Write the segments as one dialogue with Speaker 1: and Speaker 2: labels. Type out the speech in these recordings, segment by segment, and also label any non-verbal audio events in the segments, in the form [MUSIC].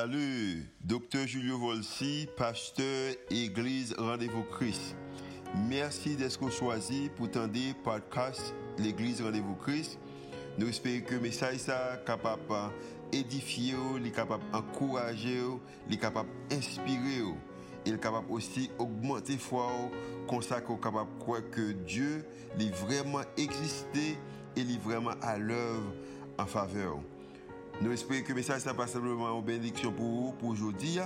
Speaker 1: Salut, docteur Julio Volsi, pasteur Église Rendez-vous Christ. Merci d'être choisi pour tendre podcast l'Église Rendez-vous Christ. Nous espérons que le message est capable d'édifier, capable d'encourager, capable d'inspirer. Il est capable aussi d'augmenter la foi, consacrer capable de croire que Dieu est vraiment existé et est vraiment à l'œuvre en faveur. Nous espérons que le message n'est pas simplement une bénédiction pour vous, pour aujourd'hui,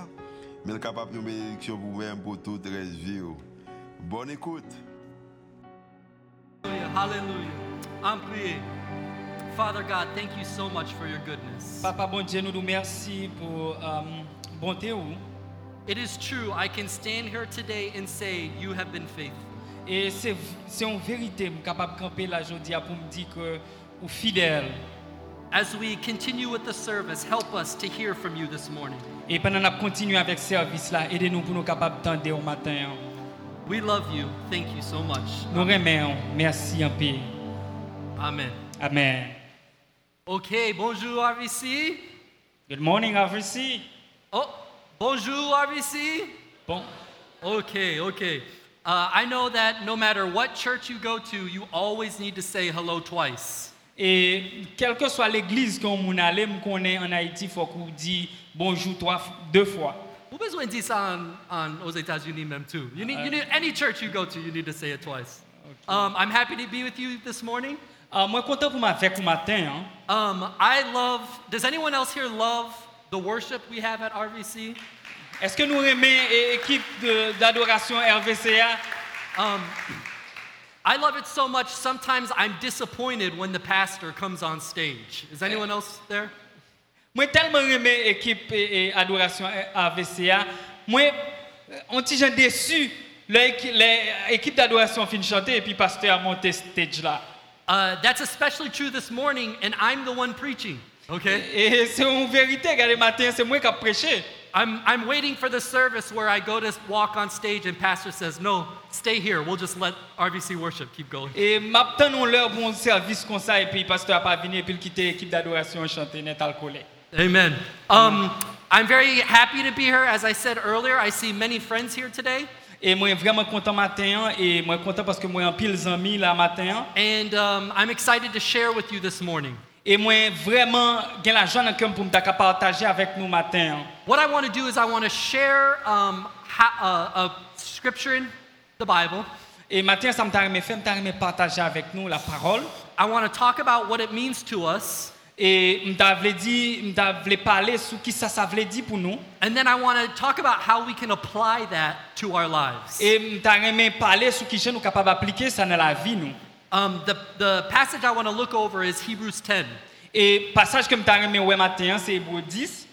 Speaker 1: mais capable une bénédiction pour vous-même, pour toute la vie. Bonne écoute.
Speaker 2: Hallelujah. Hallelujah. I'm praying. Father God, thank you so much for your goodness.
Speaker 3: Papa bon Dieu, nous nous merci pour euh, bonté ou.
Speaker 2: It is true, I can stand here today and say, You have been faithful.
Speaker 3: Et c'est c'est en vérité me capable camper là aujourd'hui pour me dire que ou fidèle.
Speaker 2: As we continue with the service, help us to hear from you this morning.
Speaker 3: Et pendant qu'on continue avec service là, aidez-nous pour nous capables tendre au matin. hein.
Speaker 2: We love you. Thank you so much.
Speaker 3: Nous remercions. Merci en paix.
Speaker 2: Amen.
Speaker 3: Amen.
Speaker 2: Okay, bonjour RVC.
Speaker 3: Good morning, RVC.
Speaker 2: Oh, bonjour RVC.
Speaker 3: Bon.
Speaker 2: Okay, okay. Uh, I know that no matter what church you go to, you always need to say hello twice.
Speaker 3: Et quelle que soit l'église qu'on moun allé, me connaît en Haïti, faut qu'on dit bonjour trois f- deux fois.
Speaker 2: Who is when this on on aux États-Unis même too? You need you need any church you go to, you need to say it twice. Um, I'm happy to be with you this morning.
Speaker 3: Ah, moi content pour m'avec au matin. hein.
Speaker 2: Um, I love. Does anyone else here love the worship we have at RVC?
Speaker 3: Est-ce que nous remet équipe de- d'adoration RVCA
Speaker 2: Um, I love it so much. Sometimes I'm disappointed when the pastor comes on stage. Is anyone else there?
Speaker 3: Moi tellement aimé équipe et, et adoration AVCA. Moi euh, on petit gens déçu l'équipe d'adoration fin chanter et puis pasteur a monté stage là.
Speaker 2: Uh, that's especially true this morning, and I'm the one preaching. Okay.
Speaker 3: Et c'est une vérité, regardez matin, c'est moi qui a prêché.
Speaker 2: I'm, I'm waiting for the service where I go to walk on stage and pastor says, no, stay here. We'll just let RVC worship keep going.
Speaker 3: Et m'attendons l'heure pour un service comme ça et puis pasteur a pas venu et puis il quitter l'équipe d'adoration chanter net alcoolé.
Speaker 2: Amen. Um, I'm very happy to be here. As I said earlier, I see many friends here today.
Speaker 3: Et moi vraiment content matin hein, et moi content parce que moi en pile amis là matin hein.
Speaker 2: And um, I'm excited to share with you this morning.
Speaker 3: et moi vraiment gain la joie dans cœur pour me t'a partager avec nous matin. hein.
Speaker 2: What I want to do is I want to share um, ha- uh, a scripture in the Bible.
Speaker 3: Et matin, ça me t'a aimé faire, me t'a aimé partager avec nous la parole.
Speaker 2: I want to talk about what it means to us.
Speaker 3: Et me t'a voulu dire, me t'a voulu parler sur qui ça, ça voulait dire pour nous.
Speaker 2: And then I want to talk about how we can apply that to our lives.
Speaker 3: Et me t'a aimé parler sur qui je nous capable d'appliquer ça dans la vie nous.
Speaker 2: Um, the, the passage I want to look over is Hebrews 10.
Speaker 3: Et passage que me t'a aimé ouais matin, hein, c'est Hébreu 10.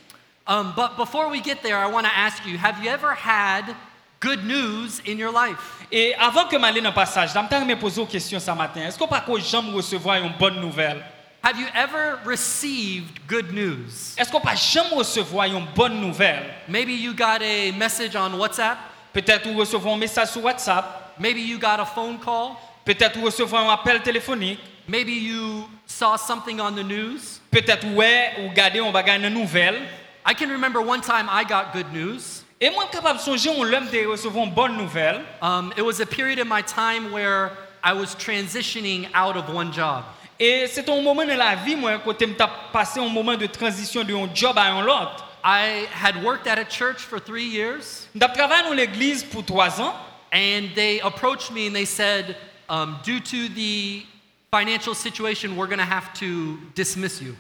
Speaker 2: Um, but before we get there, I want to ask you have you ever had good news in your life?
Speaker 3: Et avant que m'aller dans passage, là, me t'a aimé poser une question ce matin. Est-ce qu'on pas qu'on jamais recevoir une bonne nouvelle?
Speaker 2: Have you ever received good news?
Speaker 3: Est-ce qu'on pas jamais recevoir une bonne nouvelle?
Speaker 2: Maybe you got a message on WhatsApp,
Speaker 3: Peut-être ou recevoir un message sur WhatsApp,
Speaker 2: maybe you got a phone call,
Speaker 3: peut-être ou recevoir un appel téléphonique,
Speaker 2: maybe you saw something on the news.
Speaker 3: peut-être ouais ou garder on va gagner une nouvelle.
Speaker 2: I can remember one time I got good news.
Speaker 3: Et moi, capable de songer, on l'homme de recevoir une bonne nouvelle.
Speaker 2: Um, it was a period in my time where I was transitioning out of one job.
Speaker 3: Et c'est un moment dans la vie, moi, quand je passé un moment de transition d'un job à un autre.
Speaker 2: I had worked at a church for three years.
Speaker 3: Je travaillé dans l'église pour trois ans.
Speaker 2: And they approached me and they said, um, due to the financial situation, we're going to have to dismiss you.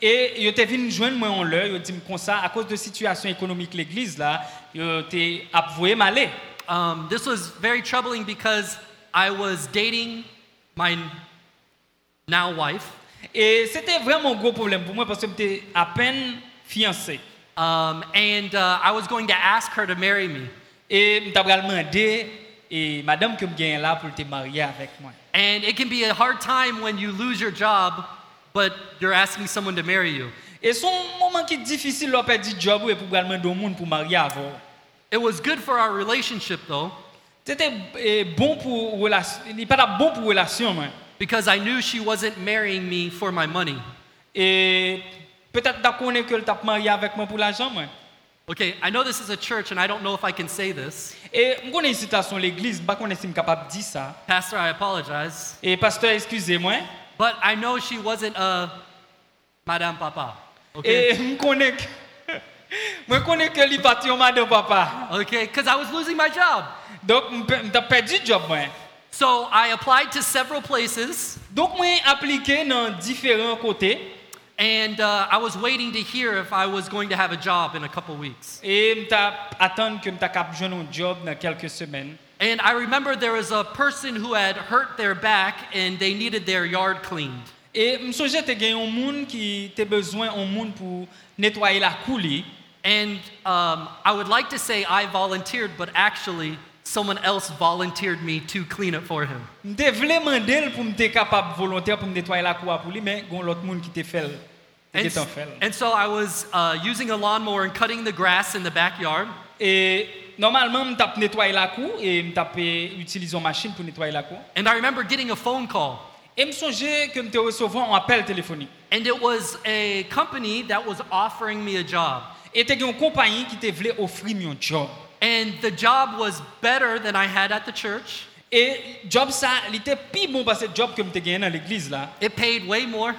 Speaker 3: Et ils étaient venus me joindre moi en l'heure. Ils ont dit comme ça, à cause de la situation économique de l'église, là, ils étaient avoués m'aller.
Speaker 2: Um, this was very troubling because I was dating my now wife,
Speaker 3: Et c'était vraiment un gros problème pour moi parce que j'étais à peine fiancé.
Speaker 2: um, and uh, I was going to ask her to marry me.
Speaker 3: Et je demandé, et e madame que je gagne là pour te marier avec moi.
Speaker 2: And it can be a hard time when you lose your job, but you're asking someone to marry you.
Speaker 3: Et c'est un E moment qui est difficile, là, perdre du job, e et pour demander au monde pour marier avant.
Speaker 2: It was good for our relationship, though,
Speaker 3: C'était eh, bon pour relation, il n'est pas là bon pour relation, mais. E,
Speaker 2: because I knew she wasn't marrying me for my money.
Speaker 3: Et Peut-être que tu connais que tu as marié avec moi pour l'argent. moi.
Speaker 2: Okay, I know this is a church and I don't know if I can say this.
Speaker 3: Et je connais une citation de l'église, je ne sais pas si je suis capable de dire ça.
Speaker 2: Pastor, I apologize.
Speaker 3: Et E, pasteur, excusez-moi.
Speaker 2: But I know she wasn't a Madame Papa. Okay?
Speaker 3: Et je connais [LAUGHS] que. Je connais que les parti au madame papa.
Speaker 2: okay, because I was losing my job.
Speaker 3: Donc, je perdu le job. moi.
Speaker 2: So I applied to several places
Speaker 3: Donc, moi appliqué dans différents côtés.
Speaker 2: and uh, I was waiting to hear if I was going to have a job in a couple weeks.
Speaker 3: Et je attendre que je capable de un job dans quelques semaines.
Speaker 2: And I remember there was a person who had hurt their back and they needed their yard cleaned.
Speaker 3: Et je me souviens que un monde qui a besoin d'un monde pour nettoyer la coulée.
Speaker 2: And um, I would like to say I volunteered, but actually, someone else volunteered me to clean it for him.
Speaker 3: Je te voulais demander le pour me être capable volontaire pour me nettoyer la cour pour lui, mais il y a l'autre monde qui t'a fait. le- qui
Speaker 2: And,
Speaker 3: t'a fait le.
Speaker 2: and so I was uh, using a lawnmower and cutting the grass in the backyard.
Speaker 3: Et normalement, je tape nettoyer la cour et je tape utiliser une machine pour nettoyer la cour.
Speaker 2: And I remember getting a phone call.
Speaker 3: Et je me souviens que je recevais un appel téléphonique.
Speaker 2: And it was a company that was offering me a job.
Speaker 3: Et tu une compagnie qui te voulait offrir un job.
Speaker 2: And the job was better than I had at the church.
Speaker 3: Et job ça, il était plus bon parce que job que je gagné dans l'église là,
Speaker 2: It paid way more,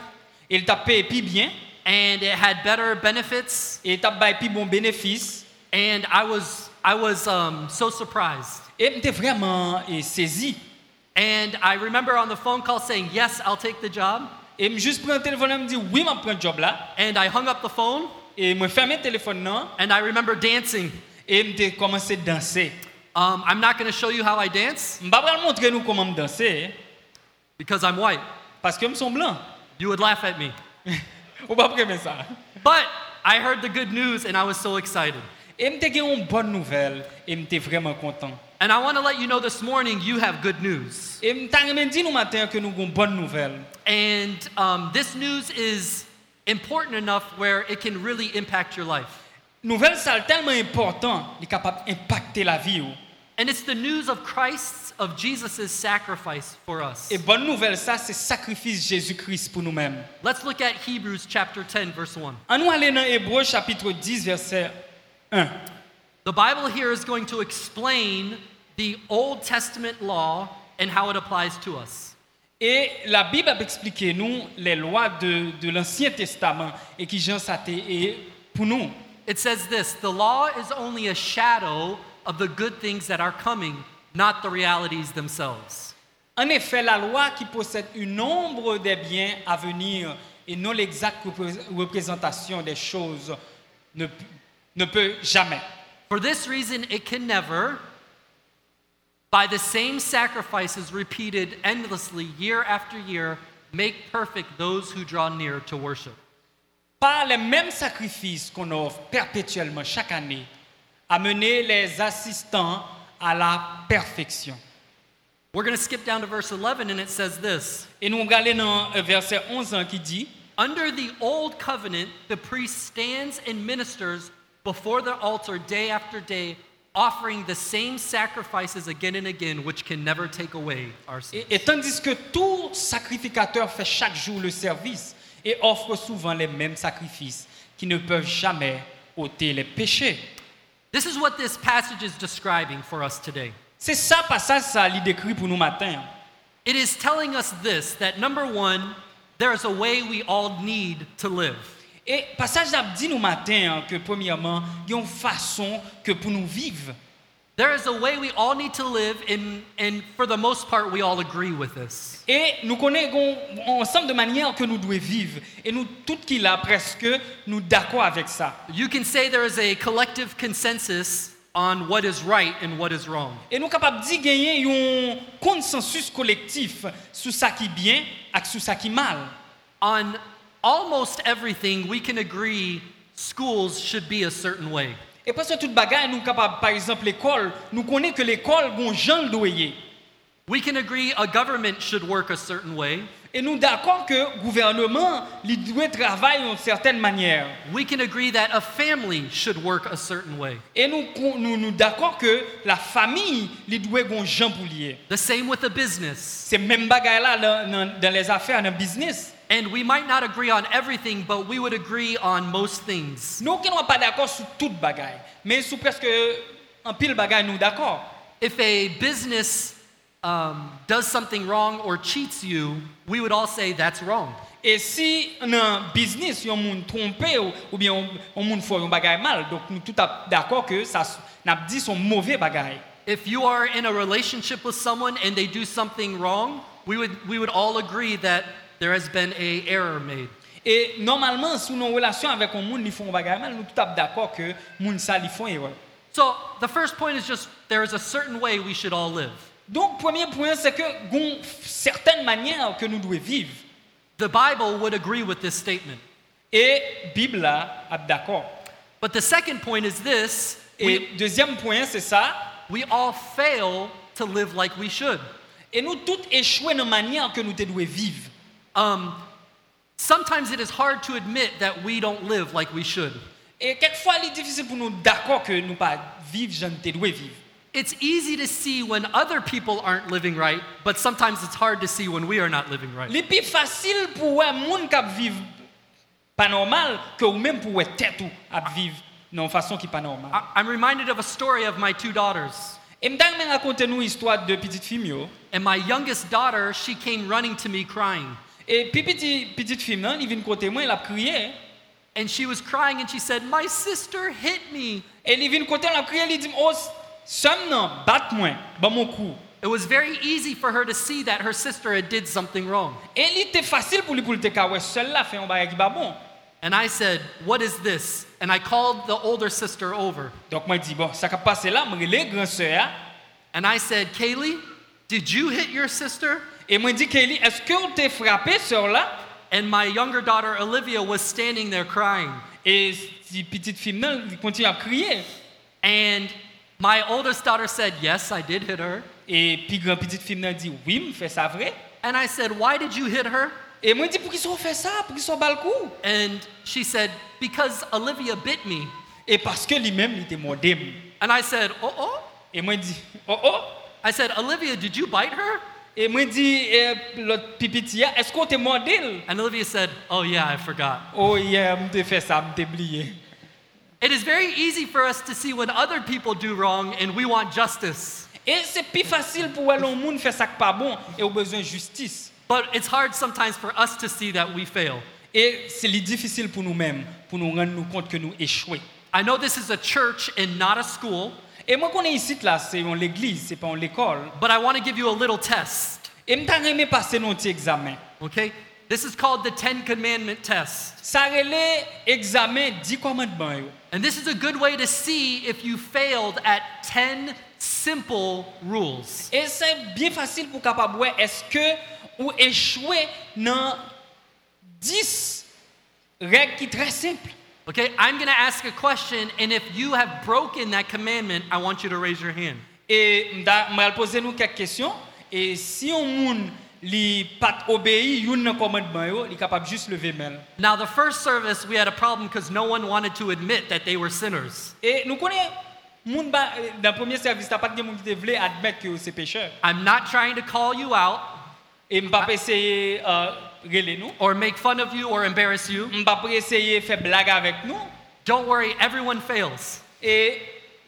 Speaker 3: il t'a payé plus bien
Speaker 2: and it had better benefits.
Speaker 3: et t'a payé plus bon bénéfice.
Speaker 2: And I was, I was um, so surprised.
Speaker 3: Et j'étais vraiment eh, saisi.
Speaker 2: And I remember on the phone call saying, Yes, I'll take the job.
Speaker 3: Et me juste prendre le téléphone et me dit oui, je prends job là.
Speaker 2: And I hung up the phone
Speaker 3: Et je fermé le téléphone non,
Speaker 2: and I remember dancing.
Speaker 3: et je commencé à danser.
Speaker 2: Um, I'm not going to show you how I dance
Speaker 3: Je ne vais pas vous montrer nous comment danser
Speaker 2: because I'm white.
Speaker 3: parce que je suis blanc.
Speaker 2: You would laugh at me.
Speaker 3: [LAUGHS] Ou pas aimer ça.
Speaker 2: But I heard the good news and I was so excited.
Speaker 3: Et je suis une bonne nouvelle et je suis vraiment content.
Speaker 2: And I want to let you know this morning you have good news.
Speaker 3: Et je t'ai dit nous matin que nous avons une bonne nouvelle.
Speaker 2: And um, this news is important enough where it can really impact your life.
Speaker 3: Nouvelle ça est tellement important, il est capable d'impacter la vie. ou.
Speaker 2: And it's the news of Christ's, of Jesus' sacrifice for us.
Speaker 3: Et bonne nouvelle ça c'est sacrifice Jésus-Christ pour nous-mêmes.
Speaker 2: Let's look at Hebrews chapter 10, verse 1.
Speaker 3: En nous aller dans Hébreu chapitre 10 verset 1.
Speaker 2: The Bible here is going to explain the Old Testament law and how it applies to us.
Speaker 3: Et la Bible a expliqué nous les lois de, de l'Ancien Testament et qui Jean ça t'est- et pour nous.
Speaker 2: It says this The law is only a shadow of the good things that are coming, not the realities themselves.
Speaker 3: En effet, la loi qui possède une ombre des biens à venir et non l'exacte repré- représentation des choses ne, ne peut jamais.
Speaker 2: For this reason, it can never, by the same sacrifices repeated endlessly year after year, make perfect those who draw near to worship.
Speaker 3: Par les mêmes sacrifices qu'on offre perpétuellement chaque année, amener les assistants à la perfection.
Speaker 2: We're going to skip down to verse 11, and it says this.
Speaker 3: Et nous regardons dans euh, verset 11 hein, qui dit,
Speaker 2: Under the old covenant, the priest stands and ministers before the altar day after day, offering the same sacrifices again and again, which can never take away our sins.
Speaker 3: et, et tandis que tout sacrificateur fait chaque jour le service et offre souvent les mêmes sacrifices qui ne peuvent jamais ôter les péchés.
Speaker 2: This is what this passage is describing for us today.
Speaker 3: C'est ça, passage, ça, il décrit pour nous matin.
Speaker 2: It is telling us this that number one, there is a way we all need to live.
Speaker 3: Et passage, ça dit nous matin hein, que, premièrement, il y a une façon que pour nous vivre.
Speaker 2: There is a way we all need to live, and, and for the most part, we all agree with this.
Speaker 3: Et nous connaissons ensemble de manière que nous devons vivre. Et nous, tout qui l'a presque, nous d'accord avec ça.
Speaker 2: You can say there is a collective consensus on what is right and what is wrong.
Speaker 3: Et nous capables de gagner un consensus collectif sur ça qui est bien et sur ça qui est mal.
Speaker 2: On almost everything, we can agree schools should be a certain way.
Speaker 3: Et parce que toute bagarre, nous capables, par exemple, l'école, nous connaissons que l'école, bon, gens le doyer.
Speaker 2: We can agree a government should work a certain way.
Speaker 3: Et nous d'accord que le gouvernement, il doit travailler d'une certaine manière.
Speaker 2: We can agree that a family should work a certain way.
Speaker 3: Et nous, con- nous, nous d'accord que la famille, il doit gon gens pour lier.
Speaker 2: The same with a business.
Speaker 3: C'est même bagaille là dans, dans- dans les affaires, dans le business.
Speaker 2: And we might not agree on everything, but we would agree on most things.
Speaker 3: Nou ki nou an pa d'akor sou tout bagay, men sou preske an pil bagay nou d'akor.
Speaker 2: If a business um, does something wrong or cheats you, we would all say that's wrong.
Speaker 3: E si nan biznis yon moun trompe ou, ou bien yon, yon moun fò yon bagay mal, donc nou tout ap d'akor ke sa s- nap di son mauvais bagay.
Speaker 2: If you are in a relationship with someone and they do something wrong, we would, we would all agree that there has been a error made.
Speaker 3: E normalman sou nou relasyon avèk yon moun li fò yon bagay mal, nou tout ap d'akor ke moun sa li fò yon.
Speaker 2: So the first point is just there is a certain way we should all live.
Speaker 3: Donc premier point c'est que gon certaines manières que nous devons vivre
Speaker 2: The Bible would agree with this statement.
Speaker 3: et Bible là ap d'accord.
Speaker 2: But the second point is this
Speaker 3: Et
Speaker 2: we,
Speaker 3: deuxième point c'est ça
Speaker 2: we all fail to live like we should.
Speaker 3: Et nous tous échouons dans la manière que nous devons vivre.
Speaker 2: Um, sometimes it is hard to admit that we don't live like we should.
Speaker 3: Et quelquefois, il est difficile pour nous d'accord que nous pas vivre, je ne devons vivre.
Speaker 2: It's easy to see when other people aren't living right, but sometimes it's hard to see when we are not living right.
Speaker 3: Le plus facile pour un monde qui vivre pas normal que ou même pour une tête ou à vivre non façon qui pas normale.
Speaker 2: I- I'm reminded of a story of my two daughters.
Speaker 3: Et m'dang me raconter nous histoire de petite fille yo.
Speaker 2: And my youngest daughter, she came running to me crying.
Speaker 3: Et puis petite petite fille là, il vient côté moi, elle a crié.
Speaker 2: And she was crying and she said, My sister hit me.
Speaker 3: Et il vient côté elle a crié, il dit "Oh, somme non, batte-moi, ban mon coup."
Speaker 2: It was very easy for her to see that her sister had did something wrong.
Speaker 3: Et il était facile pour lui pour le te ouais seul là fait un bagage qui pas bon.
Speaker 2: And I said, What is this? And I called the older sister over.
Speaker 3: Donc moi dit bon, ça qui passé là, moi les grand hein. sœur
Speaker 2: And I said, Kaylee, did you hit your sister?
Speaker 3: et moi dit Kelly, est-ce que on t'a frappé sœur là
Speaker 2: And my younger daughter, Olivia, was standing there crying.
Speaker 3: Et si petite fille là, elle continue à crier.
Speaker 2: And my oldest daughter said, Yes, I did hit her.
Speaker 3: Et puis grand petite fille là dit oui, me fait ça vrai.
Speaker 2: And I said, Why did you hit her?
Speaker 3: Et moi dit pour qui ça fait ça, pour qui ça bat le coup
Speaker 2: And she said, Because Olivia bit me.
Speaker 3: Et parce que lui-même il était mordé.
Speaker 2: And I said, Oh, oh.
Speaker 3: Et moi dit oh oh.
Speaker 2: I said, Olivia, did you bite her?
Speaker 3: Et moi dit eh, l'autre pipitia, est-ce qu'on t'a mordé
Speaker 2: And Olivia said, Oh, yeah, I forgot.
Speaker 3: Oh yeah, me t'ai fait ça, me t'ai oublié.
Speaker 2: It is very easy for us to see when other people do wrong and we want justice.
Speaker 3: Et c'est plus facile pour aller au monde faire ça qui pas bon et au besoin de justice.
Speaker 2: But it's hard sometimes for us to see that we fail.
Speaker 3: Et c'est li difficile pour nous-mêmes, pour nous rendre nous compte que nous échouons.
Speaker 2: I know this is a church and not a school,
Speaker 3: Et moi qu'on est ici là, c'est en l'église, c'est pas en l'école.
Speaker 2: but I want to give you a little test,
Speaker 3: Et m'ta aimé passer nos petits examens.
Speaker 2: okay? This is called the Ten Commandment test.
Speaker 3: Ça relève examen 10 commandements. yo.
Speaker 2: And this is a good way to see if you failed at 10 simple rules.
Speaker 3: Et c'est bien facile pour capable voir est-ce que ou échoué dans 10 règles qui très simples.
Speaker 2: Okay, I'm gonna ask a question, and if you have broken that commandment, I want you to raise your hand.
Speaker 3: Et m'da m'al poser nous quelques questions et si on monde li pas obéi un nan commandement yo, li capable juste lever main.
Speaker 2: Now, the first service, we had a problem because no one wanted to admit that they were sinners.
Speaker 3: Et nous connaissons, moun ba, dans le premier service, t'as pas de monde qui te voulait admettre que c'est pécheur.
Speaker 2: I'm not trying to call you out
Speaker 3: Et m'pas pas essayer euh, rele nous.
Speaker 2: or make fun of you or embarrass you.
Speaker 3: M'pas pas essayer faire blague avec nous.
Speaker 2: Don't worry, everyone fails.
Speaker 3: Et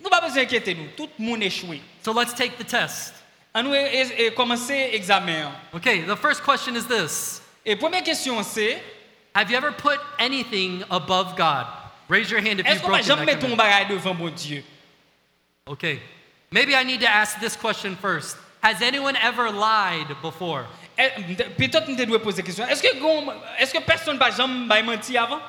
Speaker 3: nous pas besoin inquiéter nous. Tout le monde échoué.
Speaker 2: So let's take the test.
Speaker 3: On nous e- e- commencer l'examen.
Speaker 2: Okay, the first question is this
Speaker 3: Et première question c'est,
Speaker 2: Have you ever put anything above God? Raise your hand if
Speaker 3: est-ce
Speaker 2: you've
Speaker 3: qu'on va
Speaker 2: broken that
Speaker 3: jamais mettre ton
Speaker 2: commandment.
Speaker 3: bagage devant mon Dieu?
Speaker 2: Okay, maybe I need to ask this question first. Has anyone ever lied before?
Speaker 3: Eh, m'te- Peut-être nous devons poser question. Est-ce que gon- est-ce que personne va jamais m'a menti avant?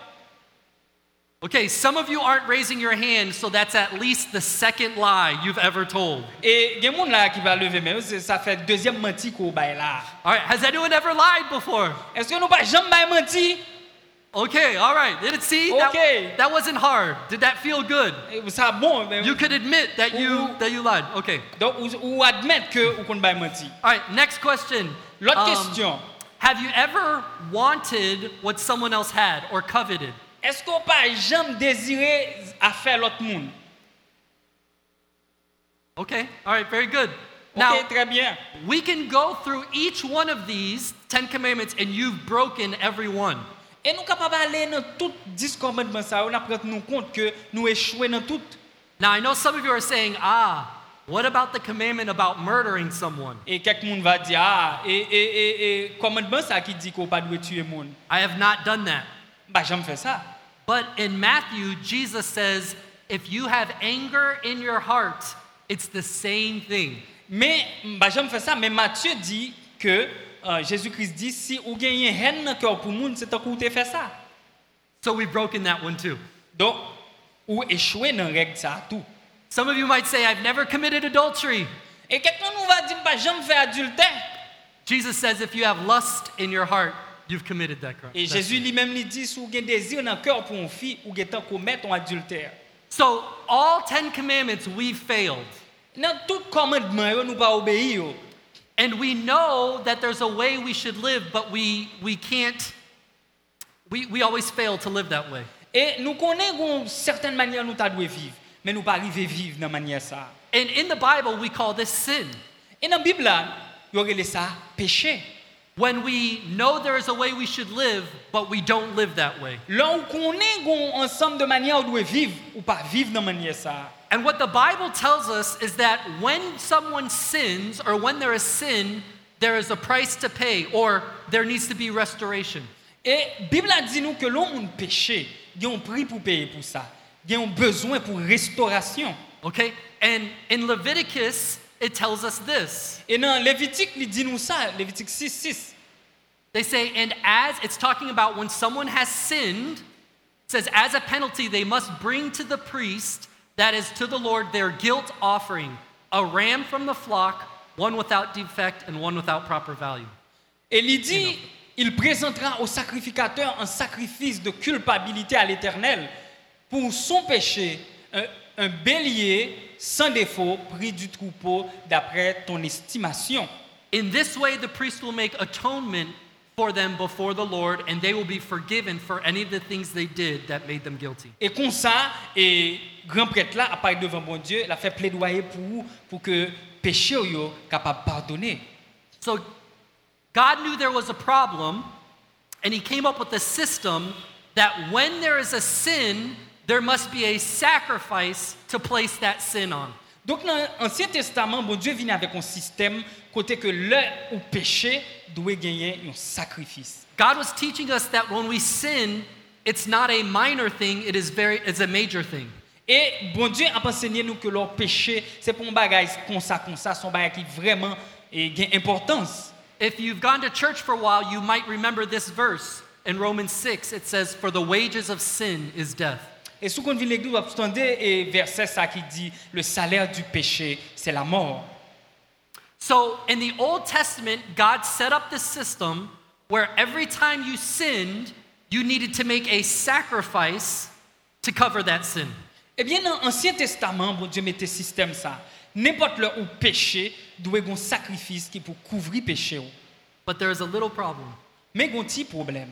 Speaker 2: Okay, some of you aren't raising your hand, so that's at least the second lie you've ever told.
Speaker 3: Et il y a monde là qui va lever main, c'est- ça fait deuxième menti qu'on bail là.
Speaker 2: All right, has anyone ever lied before?
Speaker 3: Est-ce que nous pas jamais m'a menti?
Speaker 2: Okay, all right. Did it see? That-
Speaker 3: Okay.
Speaker 2: That, wasn't hard. Did that feel good?
Speaker 3: Eh, Ça bon, ben,
Speaker 2: You could admit that you
Speaker 3: Ooh.
Speaker 2: that you lied. Okay.
Speaker 3: donc ou, ou admettre que ou qu'on bail menti.
Speaker 2: All right, next question.
Speaker 3: L'autre
Speaker 2: Um,
Speaker 3: question,
Speaker 2: Have you ever wanted what someone else had or coveted?
Speaker 3: est-ce qu'on pas jamais désiré à faire l'autre monde?
Speaker 2: Okay. All right, very good. Now-
Speaker 3: Ok, très bien.
Speaker 2: We can go through each one of these 10 commandments and you've broken every one.
Speaker 3: E nou kapab ale nan tout 10 komandman sa yo, nan pret nou kont ke nou echwe nan tout.
Speaker 2: Now, I know some of you are saying, ah, what about the commandment about murdering someone?
Speaker 3: E kek moun va di, ah, e, e, e, e komandman sa ki di ko pa dwe tue moun.
Speaker 2: I have not done that.
Speaker 3: Ba, jam fè sa.
Speaker 2: But in Matthew, Jesus says, if you have anger in your heart, it's the same thing.
Speaker 3: Me, ba, jam fè sa, men Mathieu di ke, euh, Jésus-Christ di, si ou genyen hen nan kèw pou moun, se tan kou te fè sa.
Speaker 2: So we've broken that one too.
Speaker 3: Don, ou echwe nan reg sa a tou.
Speaker 2: Some of you might say, I've never committed adultery.
Speaker 3: E kek moun nou va di, ba, jam fè adulte.
Speaker 2: Jesus says, if you have lust in your heart, you've committed that crime.
Speaker 3: E
Speaker 2: That's-
Speaker 3: Jésus li mèm li di, si ou gen dezir nan kèw pou moun fi, ou gen tan kou met ton adultère.
Speaker 2: So, all 10 commandments we've failed.
Speaker 3: Nan tout komandman yo nou pa obeyi yo.
Speaker 2: And we know that there's a way we should live, but we, we can't, we, we always fail to live that way.
Speaker 3: E nou konen goun certaine manyer nou ta dwe viv, men nou pa rive viv nan manyer sa.
Speaker 2: And in the Bible, we call this sin.
Speaker 3: E nan Bib la, yo rele sa peche.
Speaker 2: When we know there is a way we should live, but we don't live that way.
Speaker 3: Lò ou konen goun ansam de manyer ou dwe viv, ou pa viv nan manyer sa.
Speaker 2: And what the Bible tells us is that when someone sins or when there is sin, there is a price to pay or there needs to be restoration.
Speaker 3: E Bib la di nou ke lò moun peche, gen yon pri pou peye pou sa. Gen yon bezwen pou restaurasyon.
Speaker 2: Okay? And in Leviticus, it tells us this.
Speaker 3: E nan Levitik li di nou sa, Levitik 6.6.
Speaker 2: They say, and as it's talking about when someone has sinned, it says, as a penalty, they must bring to the priest, that is to the Lord, their guilt offering, a ram from the flock, one without defect and one without proper value.
Speaker 3: Et il dit, il présentera au sacrificateur un sacrifice de culpabilité à l'Éternel pour son péché, un, un bélier sans défaut pris du troupeau d'après ton estimation.
Speaker 2: In this way, the priest will make atonement for them before the Lord, and they will be forgiven for any of the things they did that made them guilty.
Speaker 3: Et comme ça, et grand prêtre là, à part devant bon Dieu, il a fait plaidoyer pour vous, pour que péché soit capable de pardonner.
Speaker 2: So God knew there was a problem, and He came up with a system that when there is a sin, there must be a sacrifice to place that sin on.
Speaker 3: Donc dans l'Ancien Testament, bon Dieu vient avec un système côté que l'heure où péché doit gagner un sacrifice.
Speaker 2: God was teaching us that when we sin, it's not a minor thing, it is very it's a major thing.
Speaker 3: Et bon Dieu a enseigné nous que leur péché, c'est pour un bagage comme ça, comme ça, son bagage qui vraiment eh, gain importance.
Speaker 2: If you've gone to church for a while, you might remember this verse in Romans 6. It says, For the wages of sin is death.
Speaker 3: Et sous qu'on vit l'église, vous attendez et verset ça qui dit le salaire du péché, c'est la mort.
Speaker 2: So in the Old Testament, God set up this system where every time you sinned, you needed to make a sacrifice to cover that sin.
Speaker 3: Eh bien, dans l'Ancien Testament, bon Dieu mettait système ça. N'importe là où péché, doit un sacrifice qui pour couvrir péché. ou.
Speaker 2: But there is a little problem.
Speaker 3: Mais il y a un petit problème.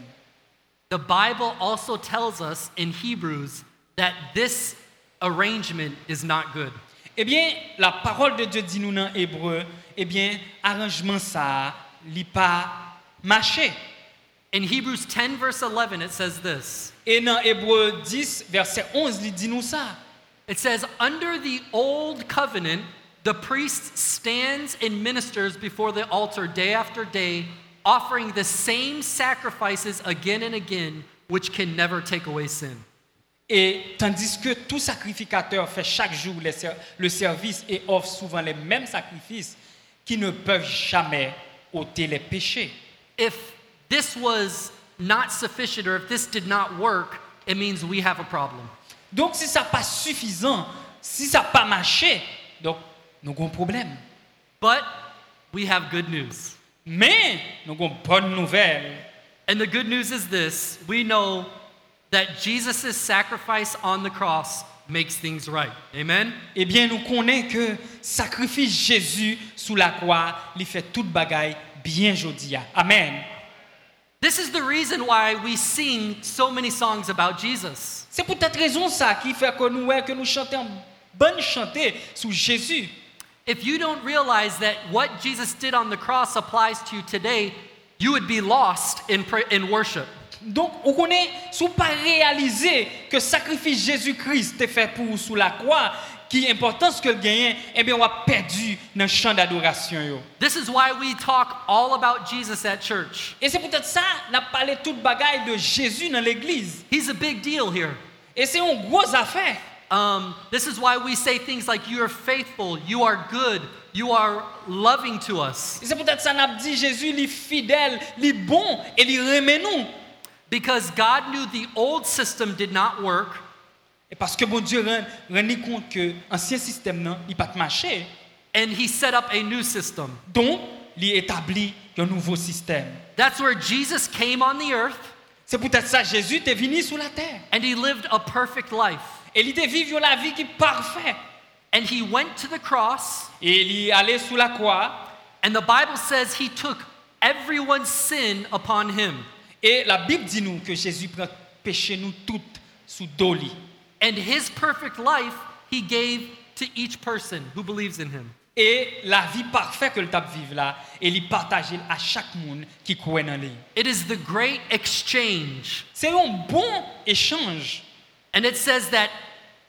Speaker 2: The Bible also tells us in Hebrews that this arrangement is not good.
Speaker 3: Eh bien, la parole de Dieu dit nous dans Hébreu, eh bien, arrangement ça, il pas marché.
Speaker 2: In Hebrews 10, verse 11, it says this.
Speaker 3: Et dans Hébreu 10, verset 11, il dit nous ça.
Speaker 2: It says, under the old covenant, the priest stands and ministers before the altar day after day, offering the same sacrifices again and again, which can never take away sin.
Speaker 3: Et tandis que tout sacrificateur fait chaque jour les ser- le service et offre souvent les mêmes sacrifices qui ne peuvent jamais ôter les péchés.
Speaker 2: If this was not sufficient or if this did not work, it means we have a problem.
Speaker 3: Donc si ça pas suffisant, si ça pas marché, donc nous avons un problème.
Speaker 2: But we have good news.
Speaker 3: Mais nous avons une bonne nouvelle.
Speaker 2: And the good news is this we know that Jesus' sacrifice on the cross makes things right. Amen?
Speaker 3: Eh bien, nous connaissons que sacrifice Jésus sous la croix, il fait toute bagaille bien jodia. Amen.
Speaker 2: This is the reason why we sing so many songs about Jesus.
Speaker 3: C'est pour cette raison ça qui fait que nous, ouais, que nous chantons bonne chantée sous Jésus.
Speaker 2: If you don't realize that what Jesus did on the cross applies to you today, you would be lost in, pra- in worship.
Speaker 3: Donc, on connaît, sous pas réaliser que sacrifice Jésus-Christ est fait pour sous la croix, qui est important ce que le gagne, eh bien, on a perdu dans le champ d'adoration. yo.
Speaker 2: This is why we talk all about Jesus at church.
Speaker 3: Et c'est peut-être ça, on a parlé toute bagaille de Jésus dans l'église.
Speaker 2: He's a big deal here.
Speaker 3: Et c'est une grosse affaire.
Speaker 2: Um, this is why we say things like, You are faithful, you are good, you are loving to us.
Speaker 3: Et c'est peut-être ça, on a dit Jésus, il est fidèle, il est bon, et il remet nous.
Speaker 2: Because God knew the old system did not work,
Speaker 3: Et parce que bon Dieu rend, rend compte que l'ancien système, non, il pas marché.
Speaker 2: and He set up a new system.
Speaker 3: Donc, il établit un nouveau système.
Speaker 2: That's where Jesus came on the earth
Speaker 3: C'est peut-être ça, Jésus est venu sur la terre.
Speaker 2: and He lived a perfect life.
Speaker 3: Et il était vivre la vie qui est parfaite.
Speaker 2: And He went to the cross,
Speaker 3: Et il y allait sous la croix.
Speaker 2: and the Bible says He took everyone's sin upon Him.
Speaker 3: Et la Bible dit nous que Jésus prend péché nous toutes sous doli.
Speaker 2: And his perfect life he gave to each person who believes in him.
Speaker 3: Et la vie parfaite que le tape vive là, et il partage à chaque monde qui croit en lui.
Speaker 2: It is the great exchange.
Speaker 3: C'est un bon échange.
Speaker 2: And it says that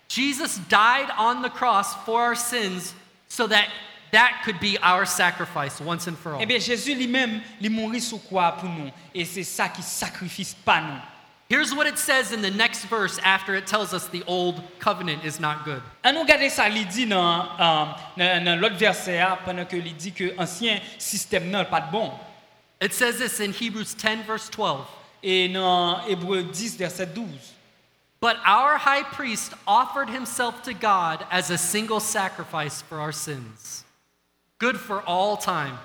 Speaker 2: Jesus died on the cross for our sins so that that could be our sacrifice once and for all.
Speaker 3: Eh bien, Jésus lui-même, il mourit sous croix pour nous. Et c'est ça qui sacrifice pas nous.
Speaker 2: Here's what it says in the next verse after it tells us the old covenant is not good.
Speaker 3: An nou gade sa li di nan, um, nan, nan lot verse a, penan ke li di ke ansyen sistem nan pat bon.
Speaker 2: It says this in Hebrews 10, verse 12.
Speaker 3: E nan Hébreu 10, verset 12.
Speaker 2: But our high priest offered himself to God as a single sacrifice for our sins, good for all time.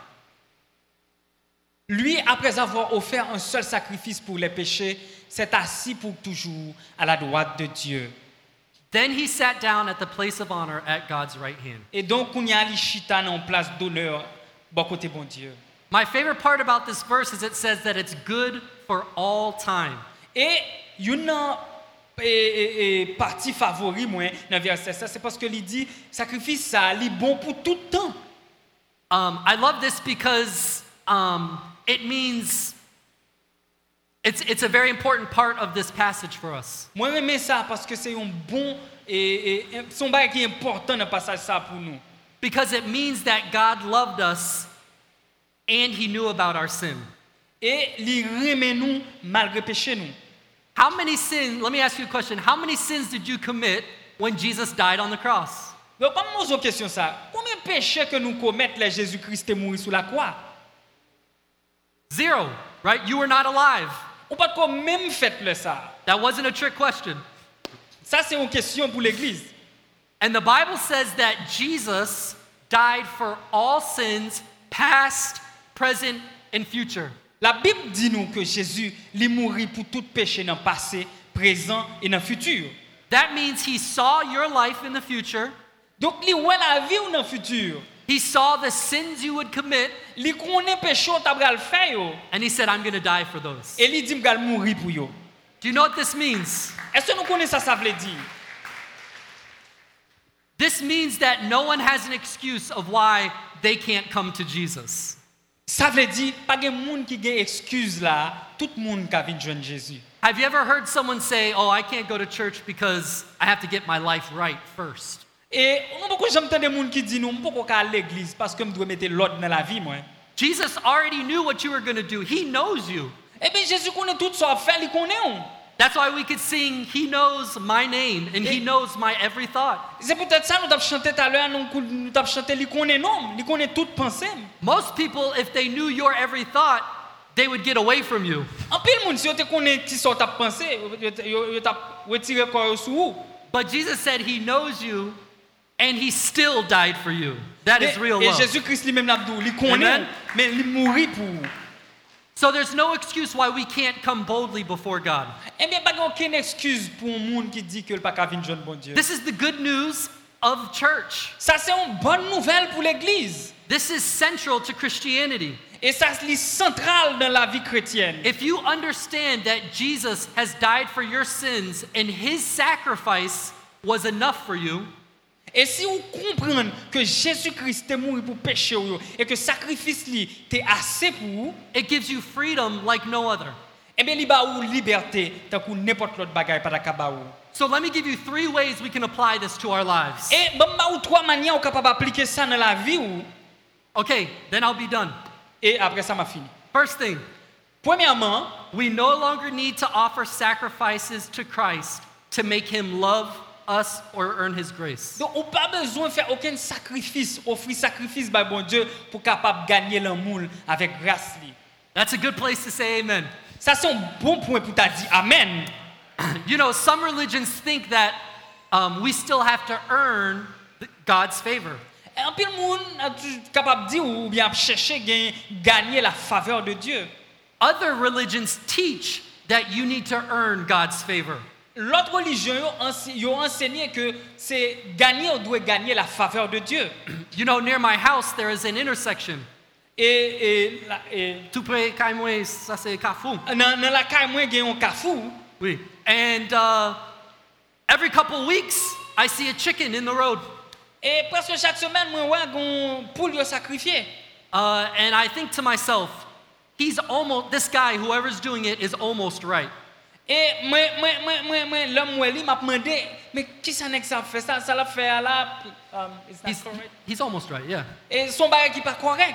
Speaker 3: Lui, après avoir offert un seul sacrifice pour les péchés, s'est assis pour toujours à la droite de Dieu.
Speaker 2: Then he sat down at the place of honor at God's right hand.
Speaker 3: Et donc, on y a li chita nan place d'honneur, bon côté bon Dieu.
Speaker 2: My favorite part about this verse is it says that it's good for all time.
Speaker 3: Et yon nan e, e, e, parti favori mwen nan verset sa, se paske li di, sakrifis sa li bon pou tout tan.
Speaker 2: Um, I love this because um, it means it's, it's a very important part of this passage for us.
Speaker 3: Mwen reme sa paske se yon bon, e, e, son bagay ki important nan pasaj sa pou nou.
Speaker 2: Because it means that God loved us and he knew about our sin.
Speaker 3: Et li reme nou malgre peche nou.
Speaker 2: How many sins, let me ask you a question. How many sins did you commit when Jesus died on the cross?
Speaker 3: Donc, comme nous une question ça, combien de péchés que nous commettons les Jésus-Christ est mort sur la croix
Speaker 2: Zero, right? You were not alive.
Speaker 3: On pas qu'on même fait le ça.
Speaker 2: That wasn't a trick question.
Speaker 3: Ça c'est une question pour l'église.
Speaker 2: And the Bible says that Jesus died for all sins, past, present, and future.
Speaker 3: La Bible dit nous que Jésus est mort pour tout péché dans le passé, présent et dans le futur.
Speaker 2: That means he saw your life in the future.
Speaker 3: Donc il voit la vie ou dans le futur.
Speaker 2: He saw the sins you would commit,
Speaker 3: Il connaît péché t'a le faire yo.
Speaker 2: and he said, I'm going to die for those.
Speaker 3: et il dit m'gal mourir pour yo.
Speaker 2: Do you know what this means?
Speaker 3: Est-ce que nous connaissons ça ça veut dire
Speaker 2: This means that no one has an excuse of why they can't come to Jesus.
Speaker 3: Ça veut dire pas de monde qui gagne excuse là, tout le monde qui vient joindre Jésus.
Speaker 2: Have you ever heard someone say, Oh, I can't go to church because I have to get my life right first?
Speaker 3: Et on beaucoup j'aime tant de monde qui dit nous, pourquoi qu'à l'église parce que me dois mettre l'ordre dans la vie moi.
Speaker 2: Jesus already knew what you were going to do, He knows you.
Speaker 3: Eh bien Jésus connaît tout ça, fait il connaît. hein. on.
Speaker 2: That's why we could sing, He knows my name and He
Speaker 3: Eh.
Speaker 2: knows my every thought.
Speaker 3: C'est peut-être ça nous t'avons chanté tout à l'heure, nous cou- nous t'avons chanté il connaît non, il connaît toute pensée.
Speaker 2: Most people, if they knew your every thought, they would get away from you.
Speaker 3: En pile monde si on te connaît qui sort ta pensée, il t'a retiré corps sur vous.
Speaker 2: But Jesus said He knows you and He still died for you. That is real
Speaker 3: et
Speaker 2: love.
Speaker 3: Jésus-Christ lui-même l'a dit, il connaît,
Speaker 2: Amen.
Speaker 3: mais il mourit pour. vous.
Speaker 2: So there's no excuse why we can't come boldly before God.
Speaker 3: Eh bien pas aucune excuse pour un monde qui dit que le pas qu'à venir joindre bon Dieu.
Speaker 2: This is the good news of church.
Speaker 3: Ça c'est une bonne nouvelle pour l'église.
Speaker 2: This is central to Christianity.
Speaker 3: Et ça, c'est E central dans la vie chrétienne.
Speaker 2: If you understand that Jesus has died for your sins and his sacrifice was enough for you,
Speaker 3: Et E si vous comprenez que Jésus-Christ est mort pour pécher ou yo, et que sacrifice li t'est assez pour vous,
Speaker 2: It gives you freedom like no other.
Speaker 3: eh bien, il ba ou liberté, tant que n'importe l'autre bagaille pas capable ou.
Speaker 2: So let me give you three ways we can apply this to our lives.
Speaker 3: Et bon, ba ou trois manières ou capable d'appliquer ça dans la vie ou,
Speaker 2: Okay, then I'll be done.
Speaker 3: et après ça m'a fini.
Speaker 2: First thing,
Speaker 3: Premièrement,
Speaker 2: we no longer need to offer sacrifices to Christ to make him love us or earn his grace.
Speaker 3: donc on pas besoin de faire aucun sacrifice, offrir sacrifice par bon Dieu pour capable gagner l'amour avec grâce li.
Speaker 2: That's a good place to say amen.
Speaker 3: Ça c'est un bon point pour t'a dit amen.
Speaker 2: You know, some religions think that um, we still have to earn th- God's favor.
Speaker 3: Et En pile monde a tu- capable de dire ou bien chercher gain- gagner la faveur de Dieu.
Speaker 2: Other religions teach that you need to earn God's favor.
Speaker 3: L'autre religion yo ense- yo enseigné que c'est gagner on doit gagner la faveur de Dieu.
Speaker 2: You know, near my house, there is an intersection.
Speaker 3: Et et la- et
Speaker 2: Tout près, Kaimwe, ça c'est Kafou.
Speaker 3: dans dans la caille moi gagne un cafou
Speaker 2: Oui. And uh, every couple weeks, I see a chicken in the road.
Speaker 3: et presque chaque semaine moi ouais gon poule yo sacrifier.
Speaker 2: Uh, and I think to myself, he's almost, this guy, whoever's doing it, is almost right.
Speaker 3: Et moi moi moi moi moi l'homme moi lui m'a demandé mais qui ça n'est que ça fait ça ça l'a fait à la um, it's not
Speaker 2: He's,
Speaker 3: correct.
Speaker 2: he's almost right, yeah.
Speaker 3: Et son bagage qui pas correct.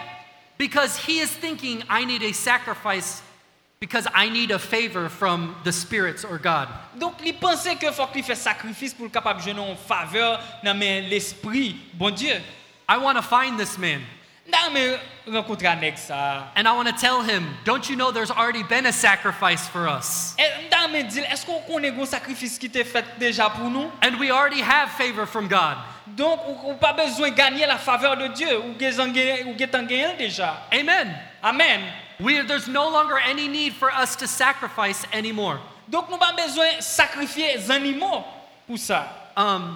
Speaker 2: Because he is thinking, I need a sacrifice because I need a favor from the spirits or God.
Speaker 3: Donc, il pensait que faut qu'il fasse sacrifice pour être capable de en faveur dans mais l'esprit, bon Dieu.
Speaker 2: I want to find this man
Speaker 3: Non, mais rencontrer un nègre ça.
Speaker 2: and I want to tell him, don't you know there's already been a sacrifice for us?
Speaker 3: Et Non, mais dis, est-ce qu'on connaît un sacrifice qui t'est fait déjà pour nous?
Speaker 2: And we already have favor from God.
Speaker 3: Donc, on n'a pas besoin de gagner la faveur de Dieu. Ou qu'on en gagne déjà.
Speaker 2: Amen.
Speaker 3: Amen.
Speaker 2: We, there's no longer any need for us to sacrifice anymore.
Speaker 3: Donc, nous n'avons pas besoin de sacrifier les animaux pour ça.
Speaker 2: Um,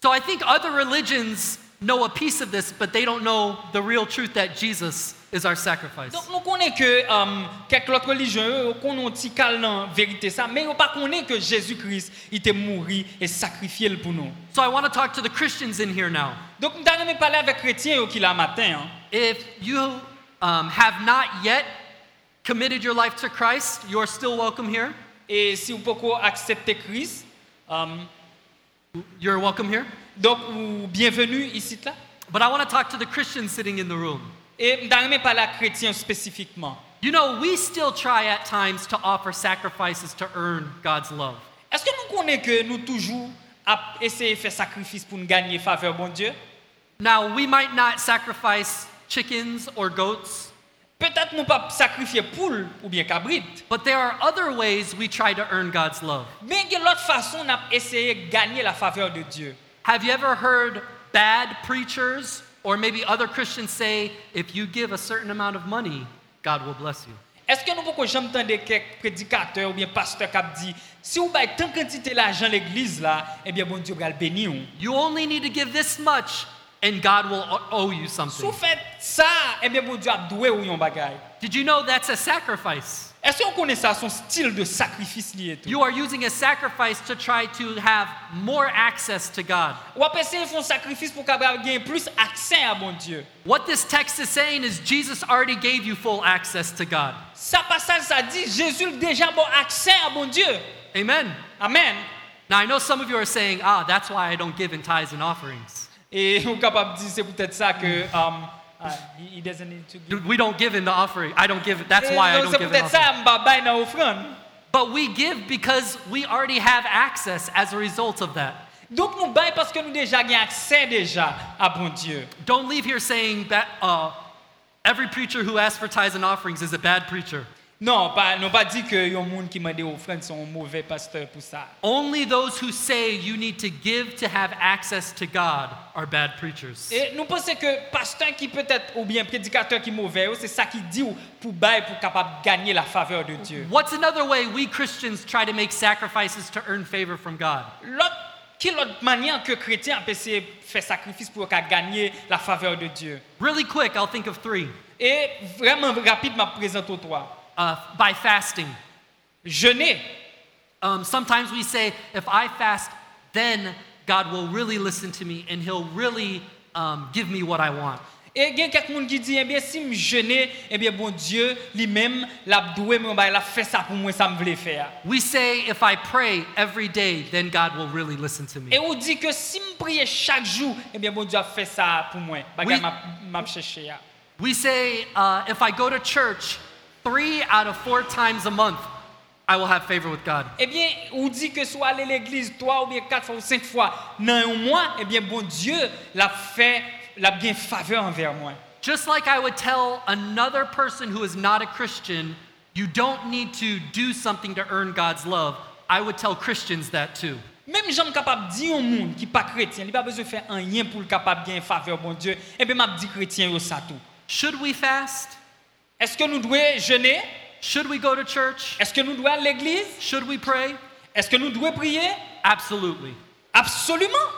Speaker 2: so I think other religions know a piece of this, but they don't know the real truth that Jesus is our sacrifice.
Speaker 3: Donc, nous connaissons que euh, quelques autres religions ont un petit calme dans la vérité, ça, mais on pas connaît que Jésus-Christ il était mort et sacrifié pour nous.
Speaker 2: So I want to talk to the Christians in here now.
Speaker 3: Donc, nous avons parler avec les chrétiens yo qui là matin. hein.
Speaker 2: If you um, have not yet committed your life to Christ, you're still welcome here.
Speaker 3: Et si vous pouvez accepter Christ, euh,
Speaker 2: You're welcome here.
Speaker 3: donc ou bienvenue ici là.
Speaker 2: But I want to talk to the Christians sitting in the room.
Speaker 3: Et nous avons parler avec les chrétiens spécifiquement.
Speaker 2: You know, we still try at times to offer sacrifices to earn God's love.
Speaker 3: Est-ce que nous connaissons que nous toujours à essayer de faire sacrifice pour nous gagner faveur, bon Dieu?
Speaker 2: Now, we might not sacrifice chickens or goats,
Speaker 3: Peut-être nous pas sacrifier poule ou bien cabrit,
Speaker 2: but there are other ways we try to earn God's love.
Speaker 3: mais il y a l'autre façon d'essayer de gagner la faveur de Dieu.
Speaker 2: Have you ever heard bad preachers or maybe other Christians say, if you give a certain amount of money, God will bless you?
Speaker 3: Est-ce que nous pouvons jamais entendre quelques prédicateurs ou bien pasteurs qui disent si vous avez tant quantité d'argent à l'église là, eh bien bon Dieu va le bénir. ou.
Speaker 2: You only need to give this much and God will o- owe you
Speaker 3: Si vous
Speaker 2: something.
Speaker 3: faites ça, eh bien, bon Dieu a doué ou yon bagay.
Speaker 2: Did you know that's a sacrifice?
Speaker 3: Est-ce qu'on connaît ça, son style de sacrifice lié tout?
Speaker 2: You are using a sacrifice to try to have more access to God.
Speaker 3: Ou après ça, ils font sacrifice pour qu'ils gagne plus accès à bon Dieu.
Speaker 2: What this text is saying is Jesus already gave you full access to God.
Speaker 3: Ça passage, ça dit, Jésus a déjà bon accès à bon Dieu.
Speaker 2: Amen.
Speaker 3: Amen.
Speaker 2: Now, I know some of you are saying, ah, that's why I don't give in tithes and offerings.
Speaker 3: Et [LAUGHS] on est capable de dire, c'est peut-être ça que... um, ah, he- he doesn't need to give.
Speaker 2: We don't give in the offering. I don't give. That's
Speaker 3: Et
Speaker 2: why I
Speaker 3: donc,
Speaker 2: don't
Speaker 3: c'est
Speaker 2: give in
Speaker 3: peut-être
Speaker 2: offering.
Speaker 3: ça, m'babaye dans l'offrande.
Speaker 2: But we give because we already have access as a result of that.
Speaker 3: Donc nous baillons parce que nous déjà gagnons accès déjà à bon Dieu.
Speaker 2: Don't leave here saying that uh, every preacher who asks for tithes and offerings is a bad preacher.
Speaker 3: Non, pas, non pas dit que les gens qui m'ont des offrandes sont un mauvais pasteur pour ça.
Speaker 2: Only those who say you need to give to have access to God are bad preachers.
Speaker 3: Et nous pensons que pasteur qui peut-être, ou bien prédicateur qui est mauvais, c'est ça qui dit ou pour bail pour capable gagner la faveur de Dieu.
Speaker 2: What's another way we Christians try to make sacrifices to earn favor from God?
Speaker 3: L'autre, quelle autre manière que chrétien peut essayer de faire sacrifice pour qu'à gagner la faveur de Dieu?
Speaker 2: Really quick, I'll think of three.
Speaker 3: Et vraiment rapidement présente au toi.
Speaker 2: Uh, by fasting.
Speaker 3: Jeûner.
Speaker 2: Um, sometimes we say, if I fast, then God will really listen to me and He'll really um, give me what I want.
Speaker 3: E gen kek moun ki di, ebyen si m jene, ebyen bon Diyo li mem la bdouwe mwen bay la fe sa pou mwen sa m vle fe a.
Speaker 2: We say, if I pray every day, then God will really listen to
Speaker 3: E
Speaker 2: me.
Speaker 3: ou di ke si m priye chak jou, ebyen eh bon Diyo a fe sa pou mwen, bagay
Speaker 2: Oui.
Speaker 3: map, map cheche a.
Speaker 2: We say, uh, if I go to church three out of four times a month, I will have favor with God.
Speaker 3: Ebyen ou di ke sou ale l'eglise 3 ou bien 4 fois ou 5 fois nan yon mwen, ebyen eh bon Diyo la fe, la bien faveur anver mwen.
Speaker 2: Just like I would tell another person who is not a Christian, you don't need to do something to earn God's love, I would tell Christians that too.
Speaker 3: Mem jom kapap di yon moun ki pa kretien, li pa bezou fe an yen pou l kapap gen faveur bon Eh Diyo, ebyen map di kretien yo sa tou.
Speaker 2: Should we fast?
Speaker 3: Eske nou dwe jene?
Speaker 2: Should we go to church?
Speaker 3: Eske nou dwe al l'eglise?
Speaker 2: Should we pray?
Speaker 3: Est-ce que nous devons prier
Speaker 2: Absolutely.
Speaker 3: Absolument.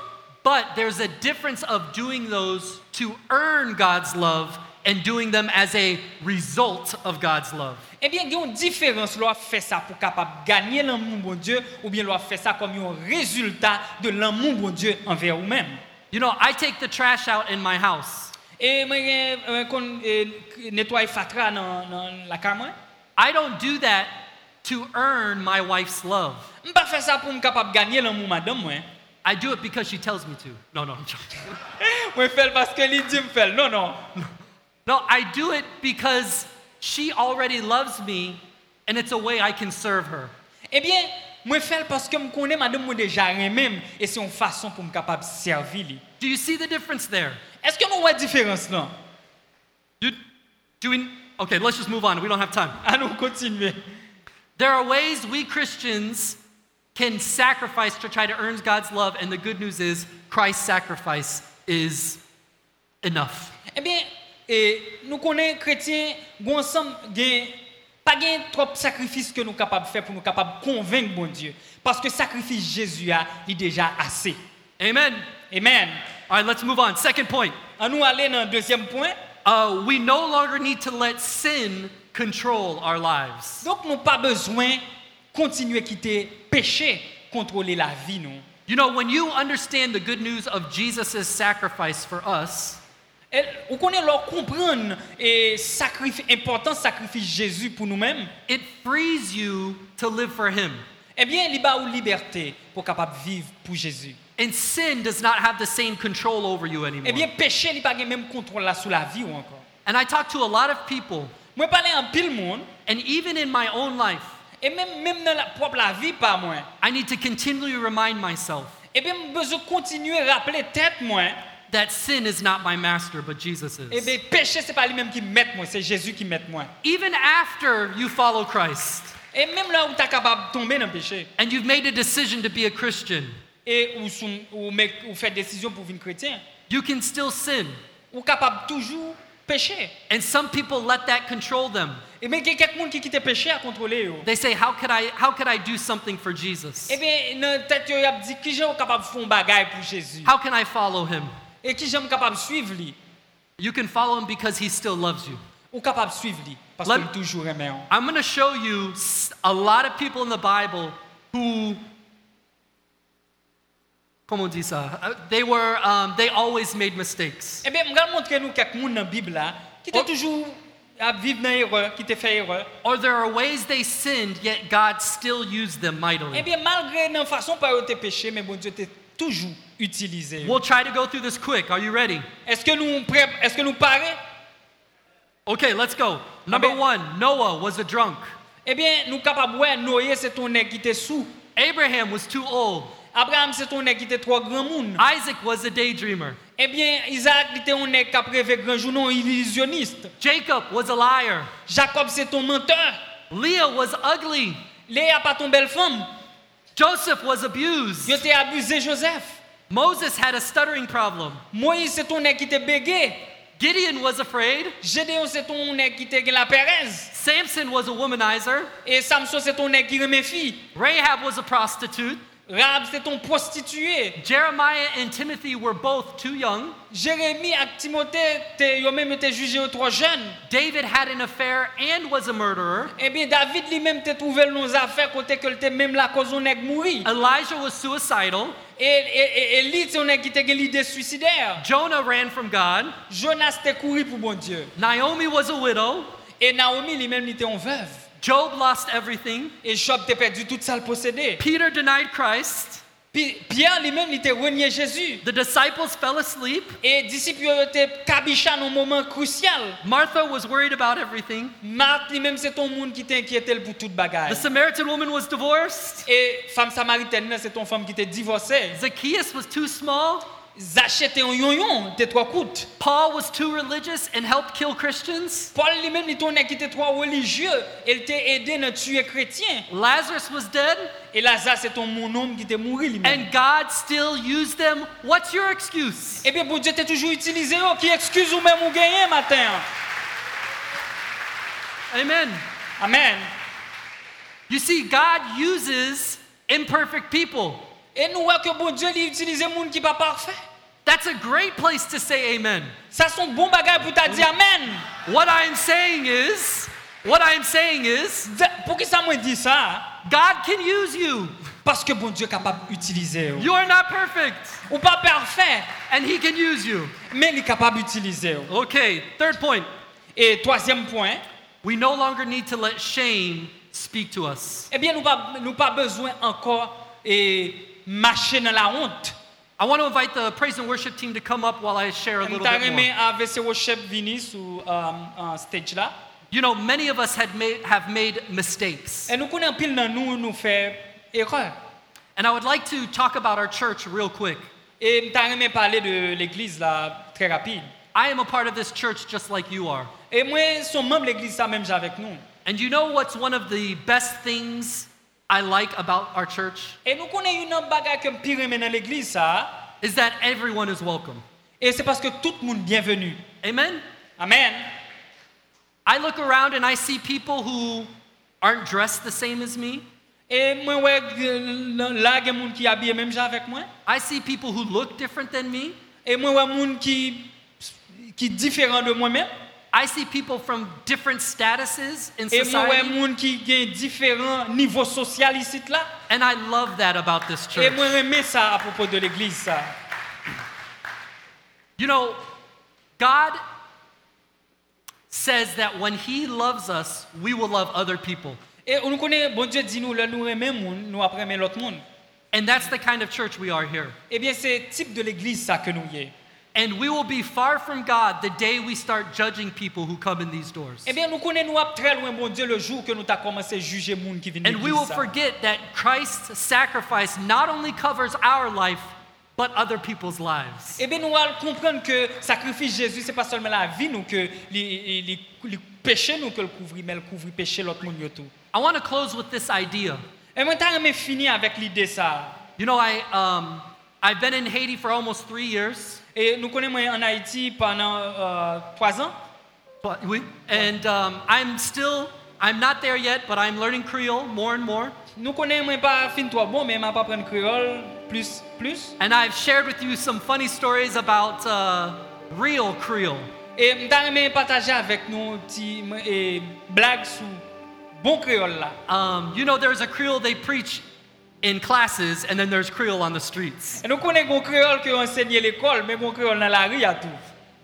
Speaker 2: But there's a difference of doing those to earn God's love and doing them as a result of God's love.
Speaker 3: Eh bien, il y a une différence. L'on fait ça pour capable gagner l'amour bon Dieu, ou bien l'on fait ça comme un résultat de l'amour bon Dieu envers vous-même.
Speaker 2: You know, I take the trash out in my house.
Speaker 3: Et moi, je nettoie euh, fatra dans, dans la caméra.
Speaker 2: I don't do that to earn my wife's love.
Speaker 3: Je ne pas faire ça pour me capable gagner l'amour madame. Moi, hein.
Speaker 2: I do it because she tells me to. No, no, I'm joking.
Speaker 3: moi fais parce que lui dit me faire. Non, non.
Speaker 2: No, I do it because she already loves me and it's a way I can serve her.
Speaker 3: Eh bien, moi fais parce que je connais madame moi déjà même et c'est une façon pour me capable servir lui.
Speaker 2: Do you see the difference there?
Speaker 3: Est-ce que nous voyons la différence là
Speaker 2: Do, do we, okay, let's just move on. We don't have time.
Speaker 3: Allons continuer.
Speaker 2: There are ways we Christians can sacrifice to try to earn God's love, and the good news is Christ's sacrifice is enough.
Speaker 3: Ebyen, eh, nou konen kretyen, gwen sam gen, pa gen trop sakrifis ke nou kapab fè pou nou kapab konvenk bon Diyo. Paske sakrifis Jezu a, li deja ase.
Speaker 2: Amen.
Speaker 3: Amen.
Speaker 2: All right, let's move on. Second point
Speaker 3: An nou ale nan deuxième point.
Speaker 2: uh, we no longer need to let sin control our lives.
Speaker 3: Donk nou pa bezwen kontinue kite peche kontrole la vi nou.
Speaker 2: You know, when you understand the good news of Jesus' sacrifice for us,
Speaker 3: El, ou konen lor kompran e sakrif, important sakrifis Jezu pou nou men,
Speaker 2: it frees you to live for Him.
Speaker 3: ebyen li ba ou liberté pou kapab viv pou Jezu.
Speaker 2: And sin does not have the same control over you anymore.
Speaker 3: Ebyen peche li pa gen menm kontrole la sou la vi ou ankon.
Speaker 2: And I talk to a lot of people,
Speaker 3: Mwen pale an pil moun,
Speaker 2: and even in my own life,
Speaker 3: e menm, menm nan la prop la vi pa mwen,
Speaker 2: I need to continually remind myself
Speaker 3: e ben mwen bezou kontinue rappele tet mwen,
Speaker 2: that sin is not my master, but Jesus is.
Speaker 3: e ben peche se pa li menm ki met mwen, se Jezu ki met mwen.
Speaker 2: Even after you follow Christ
Speaker 3: E menm la ou ta kapab tombe nan peche,
Speaker 2: and you've made a decision to be a Christian,
Speaker 3: e ou, sou, ou, me, ou fè desisyon pou vin kretien,
Speaker 2: you can still sin.
Speaker 3: ou kapab toujou peche.
Speaker 2: And some people let that control them.
Speaker 3: E men gen kek moun ki kite peche a kontrole yo.
Speaker 2: They say, How could I, how could I do something for Jesus?
Speaker 3: E ben nan tet yo yap di ki jen ou kapab fon bagay pou Jezu,
Speaker 2: How can I follow him?
Speaker 3: e ki jen m kapab suiv li,
Speaker 2: You can follow him because he still loves you.
Speaker 3: ou kapab suiv li, paske
Speaker 2: Lem-
Speaker 3: l toujou remè an.
Speaker 2: I'm going to show you s- a lot of people in the Bible who, como dice, uh, they were, um, they always made mistakes.
Speaker 3: Eh bien, je vais montrer nous quelques gens dans la Bible là, qui étaient
Speaker 2: Oh.
Speaker 3: toujours à vivre dans l'erreur, qui étaient fait erreur.
Speaker 2: Or there are ways they sinned, yet God still used them
Speaker 3: Eh
Speaker 2: mightily.
Speaker 3: bien, malgré la façon par ils péché, mais bon Dieu était toujours utilisé.
Speaker 2: We'll try to go through this quick. Are you ready?
Speaker 3: Est-ce que nous prêts, est-ce que nous parés?
Speaker 2: Okay, let's go. Number
Speaker 3: Amen.
Speaker 2: one, Noah was a drunk.
Speaker 3: Eh bien, nous capables ouais, Noé c'est ton nèg qui était sous.
Speaker 2: Abraham was too old.
Speaker 3: Abraham c'est ton nèg qui était trop grand monde.
Speaker 2: Isaac was a daydreamer.
Speaker 3: Eh bien, Isaac il était un nèg qui a rêvé grand jour non illusionniste.
Speaker 2: Jacob was a liar.
Speaker 3: Jacob c'est ton menteur.
Speaker 2: Leah was ugly.
Speaker 3: Léa pas ton belle femme.
Speaker 2: Joseph was abused.
Speaker 3: Il était abusé Joseph.
Speaker 2: Moses had a stuttering problem.
Speaker 3: Moïse c'est ton nèg qui était bégué.
Speaker 2: Gideon was afraid.
Speaker 3: Gédéon c'est ton nèg qui était la pérèse.
Speaker 2: Samson was a womanizer.
Speaker 3: Et Samson, c'est ton nègre qui remet fille.
Speaker 2: Rahab was a prostitute.
Speaker 3: Rahab, c'est ton prostituée.
Speaker 2: Jeremiah and Timothy were both too young.
Speaker 3: Jérémie ak Timothée, te, yo même été jugé aux trois jeunes.
Speaker 2: David had an affair and was a murderer.
Speaker 3: Eh bien, David lui-même t'a trouvé nos affaires côté que t'es même la cause où on est mouri.
Speaker 2: Elijah was suicidal.
Speaker 3: Et, et, et, et lui, c'est on est qui t'a l'idée suicidaire.
Speaker 2: Jonah ran from God.
Speaker 3: Jonas t'a couru pour bon Dieu.
Speaker 2: Naomi was a widow.
Speaker 3: Et Naomi lui-même, il était en veuve.
Speaker 2: Job lost everything.
Speaker 3: Et Job t'a perdu tout ça le possédé.
Speaker 2: Peter denied Christ.
Speaker 3: Puis Pierre lui-même, il t'a renié Jésus.
Speaker 2: The disciples fell asleep.
Speaker 3: Et disciples étaient cabichés dans un moment crucial.
Speaker 2: Martha was worried about everything.
Speaker 3: Marthe lui-même, c'est ton monde qui t'inquiétait pour toute
Speaker 2: The
Speaker 3: bagaille.
Speaker 2: Samaritan woman was divorced.
Speaker 3: Et femme samaritaine, là, c'est ton femme qui t'est divorcée.
Speaker 2: Zacchaeus was too small.
Speaker 3: Zachée t'es un yon-yon, t'es trois coûtes.
Speaker 2: Paul was too religious and helped kill Christians.
Speaker 3: Paul lui-même, il tournait qui était trois religieux. Il t'a aidé dans tuer chrétien.
Speaker 2: Lazarus was dead,
Speaker 3: Et Lazare, c'est ton mon homme qui t'est mort lui-même.
Speaker 2: and God still used them. What's your excuse?
Speaker 3: Eh bien, pour Dieu, t'es toujours utilisé. oh, qui excuse ou même ou gagné matin.
Speaker 2: Amen.
Speaker 3: Amen.
Speaker 2: You see, God uses imperfect people.
Speaker 3: Et nous voyons que bon Dieu, il utilise monde qui pas parfait.
Speaker 2: That's a great place to say amen.
Speaker 3: Ça sont bon bagage pour t'a dit amen.
Speaker 2: What I am saying is, what I am saying is,
Speaker 3: Za- Pour qui ça m'a dit ça?
Speaker 2: God can use you.
Speaker 3: Parce que bon Dieu est capable d'utiliser. ou.
Speaker 2: You are not perfect,
Speaker 3: Ou pas parfait,
Speaker 2: and He can use you.
Speaker 3: mais il est capable d'utiliser. ou.
Speaker 2: Okay, third point.
Speaker 3: Et troisième point,
Speaker 2: We no longer need to let shame speak to us.
Speaker 3: eh bien, nous pas, nous pas besoin encore et marcher dans la honte.
Speaker 2: I want to invite the praise and worship team to come up while I share a
Speaker 3: Nous
Speaker 2: little
Speaker 3: t'a
Speaker 2: bit
Speaker 3: remis
Speaker 2: more.
Speaker 3: à VC Worship Vini sur euh, euh, stage là.
Speaker 2: You know, many of us had made, have made mistakes.
Speaker 3: Et nous connaissons pile dans nous, nous fait erreur.
Speaker 2: And I would like to talk about our church real quick.
Speaker 3: Et nous t'a remis parler de l'église là très rapide.
Speaker 2: I am a part of this church just like you are.
Speaker 3: Et moi, son membre de l'église ça même j'ai avec nous.
Speaker 2: And you know what's one of the best things I like about our church?
Speaker 3: Et nous connaissons une autre bagarre que pire aimé dans l'église ça.
Speaker 2: Is that everyone is welcome.
Speaker 3: Et c'est parce que tout le monde bienvenu.
Speaker 2: Amen?
Speaker 3: Amen.
Speaker 2: I look around and I see people who aren't dressed the same as me.
Speaker 3: Et moi, ouais, euh, là, il y a des gens qui habillent même j'ai avec moi.
Speaker 2: I see people who look different than me.
Speaker 3: Et moi, ouais, monde qui qui différent de moi-même.
Speaker 2: I see people from different statuses in
Speaker 3: Et moi, ouais,
Speaker 2: society.
Speaker 3: monde qui gagne différents niveaux social ici là.
Speaker 2: And I love that about this
Speaker 3: Et
Speaker 2: church.
Speaker 3: moi, remets ça à propos de l'église, ça.
Speaker 2: You know, God says that when He loves us, we will love other people.
Speaker 3: Et on nous connaît, bon Dieu dit nous, là, nous remets moun, nous après remets l'autre monde.
Speaker 2: And that's the kind of church we are here.
Speaker 3: Eh bien, c'est type de l'église, ça, que nous y est.
Speaker 2: And we will be far from God the day we start judging people who come in these doors.
Speaker 3: Eh bien, nous connaissons nous ap très loin, bon Dieu, le jour que nous t'a commencé à juger moun qui vient
Speaker 2: And we
Speaker 3: l'église,
Speaker 2: will
Speaker 3: ça.
Speaker 2: forget that Christ's sacrifice not only covers our life, but other people's lives.
Speaker 3: Eh bien, nous allons comprendre que sacrifice Jésus, c'est pas seulement la vie, nous, que les, les, les péchés, nous, que le couvrir, mais le couvrir péché l'autre monde, yo tout.
Speaker 2: I want to close with this idea.
Speaker 3: Et moi, t'as remets fini avec l'idée, ça.
Speaker 2: You know, I, um, I've been in Haiti for almost three years.
Speaker 3: Et nous connaissons moi, en Haïti pendant euh, trois ans.
Speaker 2: But we, and um, I'm still, I'm not there yet, but I'm learning Creole more and more.
Speaker 3: Nous connaissons moi, pas fin trois bon, mais m'a pas prendre créole, plus, plus.
Speaker 2: And I've shared with you some funny stories about uh, real Creole.
Speaker 3: Et m'ta aimé partager avec nous petit m- et blague sous bon créole là.
Speaker 2: Um, you know, there's a Creole they preach in classes, and then there's Creole on the streets.
Speaker 3: Et nous connaissons bon créole que enseigné à l'école, mais bon créole dans la rue à tout.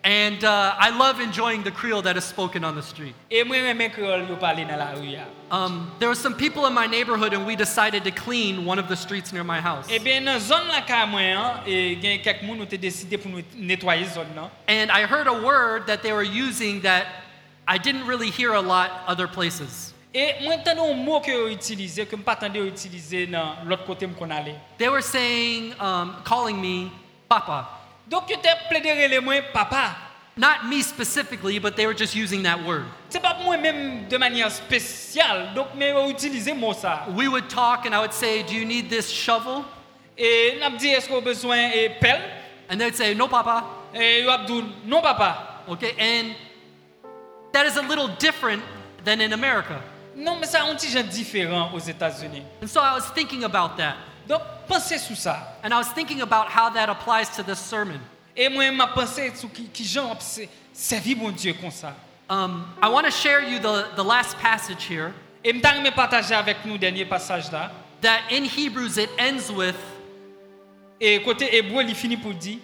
Speaker 2: And uh, I love enjoying the Creole that is spoken on the street.
Speaker 3: Et moi aimé créole yo parler dans la rue. à.
Speaker 2: Um, there were some people in my neighborhood, and we decided to clean one of the streets near my house.
Speaker 3: Eh bien dans zone là ka moi hein, et gain quelques moun nous t'ai décidé pour nous nettoyer zone là.
Speaker 2: And I heard a word that they were using that I didn't really hear a lot other places.
Speaker 3: Et moi entendons un mot que yo utilisé que m'pas attendé utiliser dans l'autre côté m'kon aller.
Speaker 2: They were saying, um, calling me Papa.
Speaker 3: Donc yo t'ai plaidé les moi papa.
Speaker 2: Not me specifically, but they were just using that word.
Speaker 3: C'est pas moi même de manière spéciale. Donc mais yo utiliser mot ça.
Speaker 2: We would talk, and I would say, Do you need this shovel?
Speaker 3: Et n'a dit est-ce qu'on besoin et pelle
Speaker 2: And they'd say, No, Papa.
Speaker 3: Et yo ap dou, non papa.
Speaker 2: Okay, and that is a little different than in America.
Speaker 3: Non, mais ça, on dit gens différent aux États-Unis.
Speaker 2: And so I was thinking about that.
Speaker 3: Donc, pensez sur ça.
Speaker 2: And I was thinking about how that applies to this sermon.
Speaker 3: Et moi, je pensé sur qui, qui gens ont se- servi mon Dieu comme ça.
Speaker 2: Um, I want to share you the, the last passage here
Speaker 3: Et je vais partager avec nous le dernier passage là.
Speaker 2: that in Hebrews it ends with,
Speaker 3: Et côté hébreu, il finit pour dire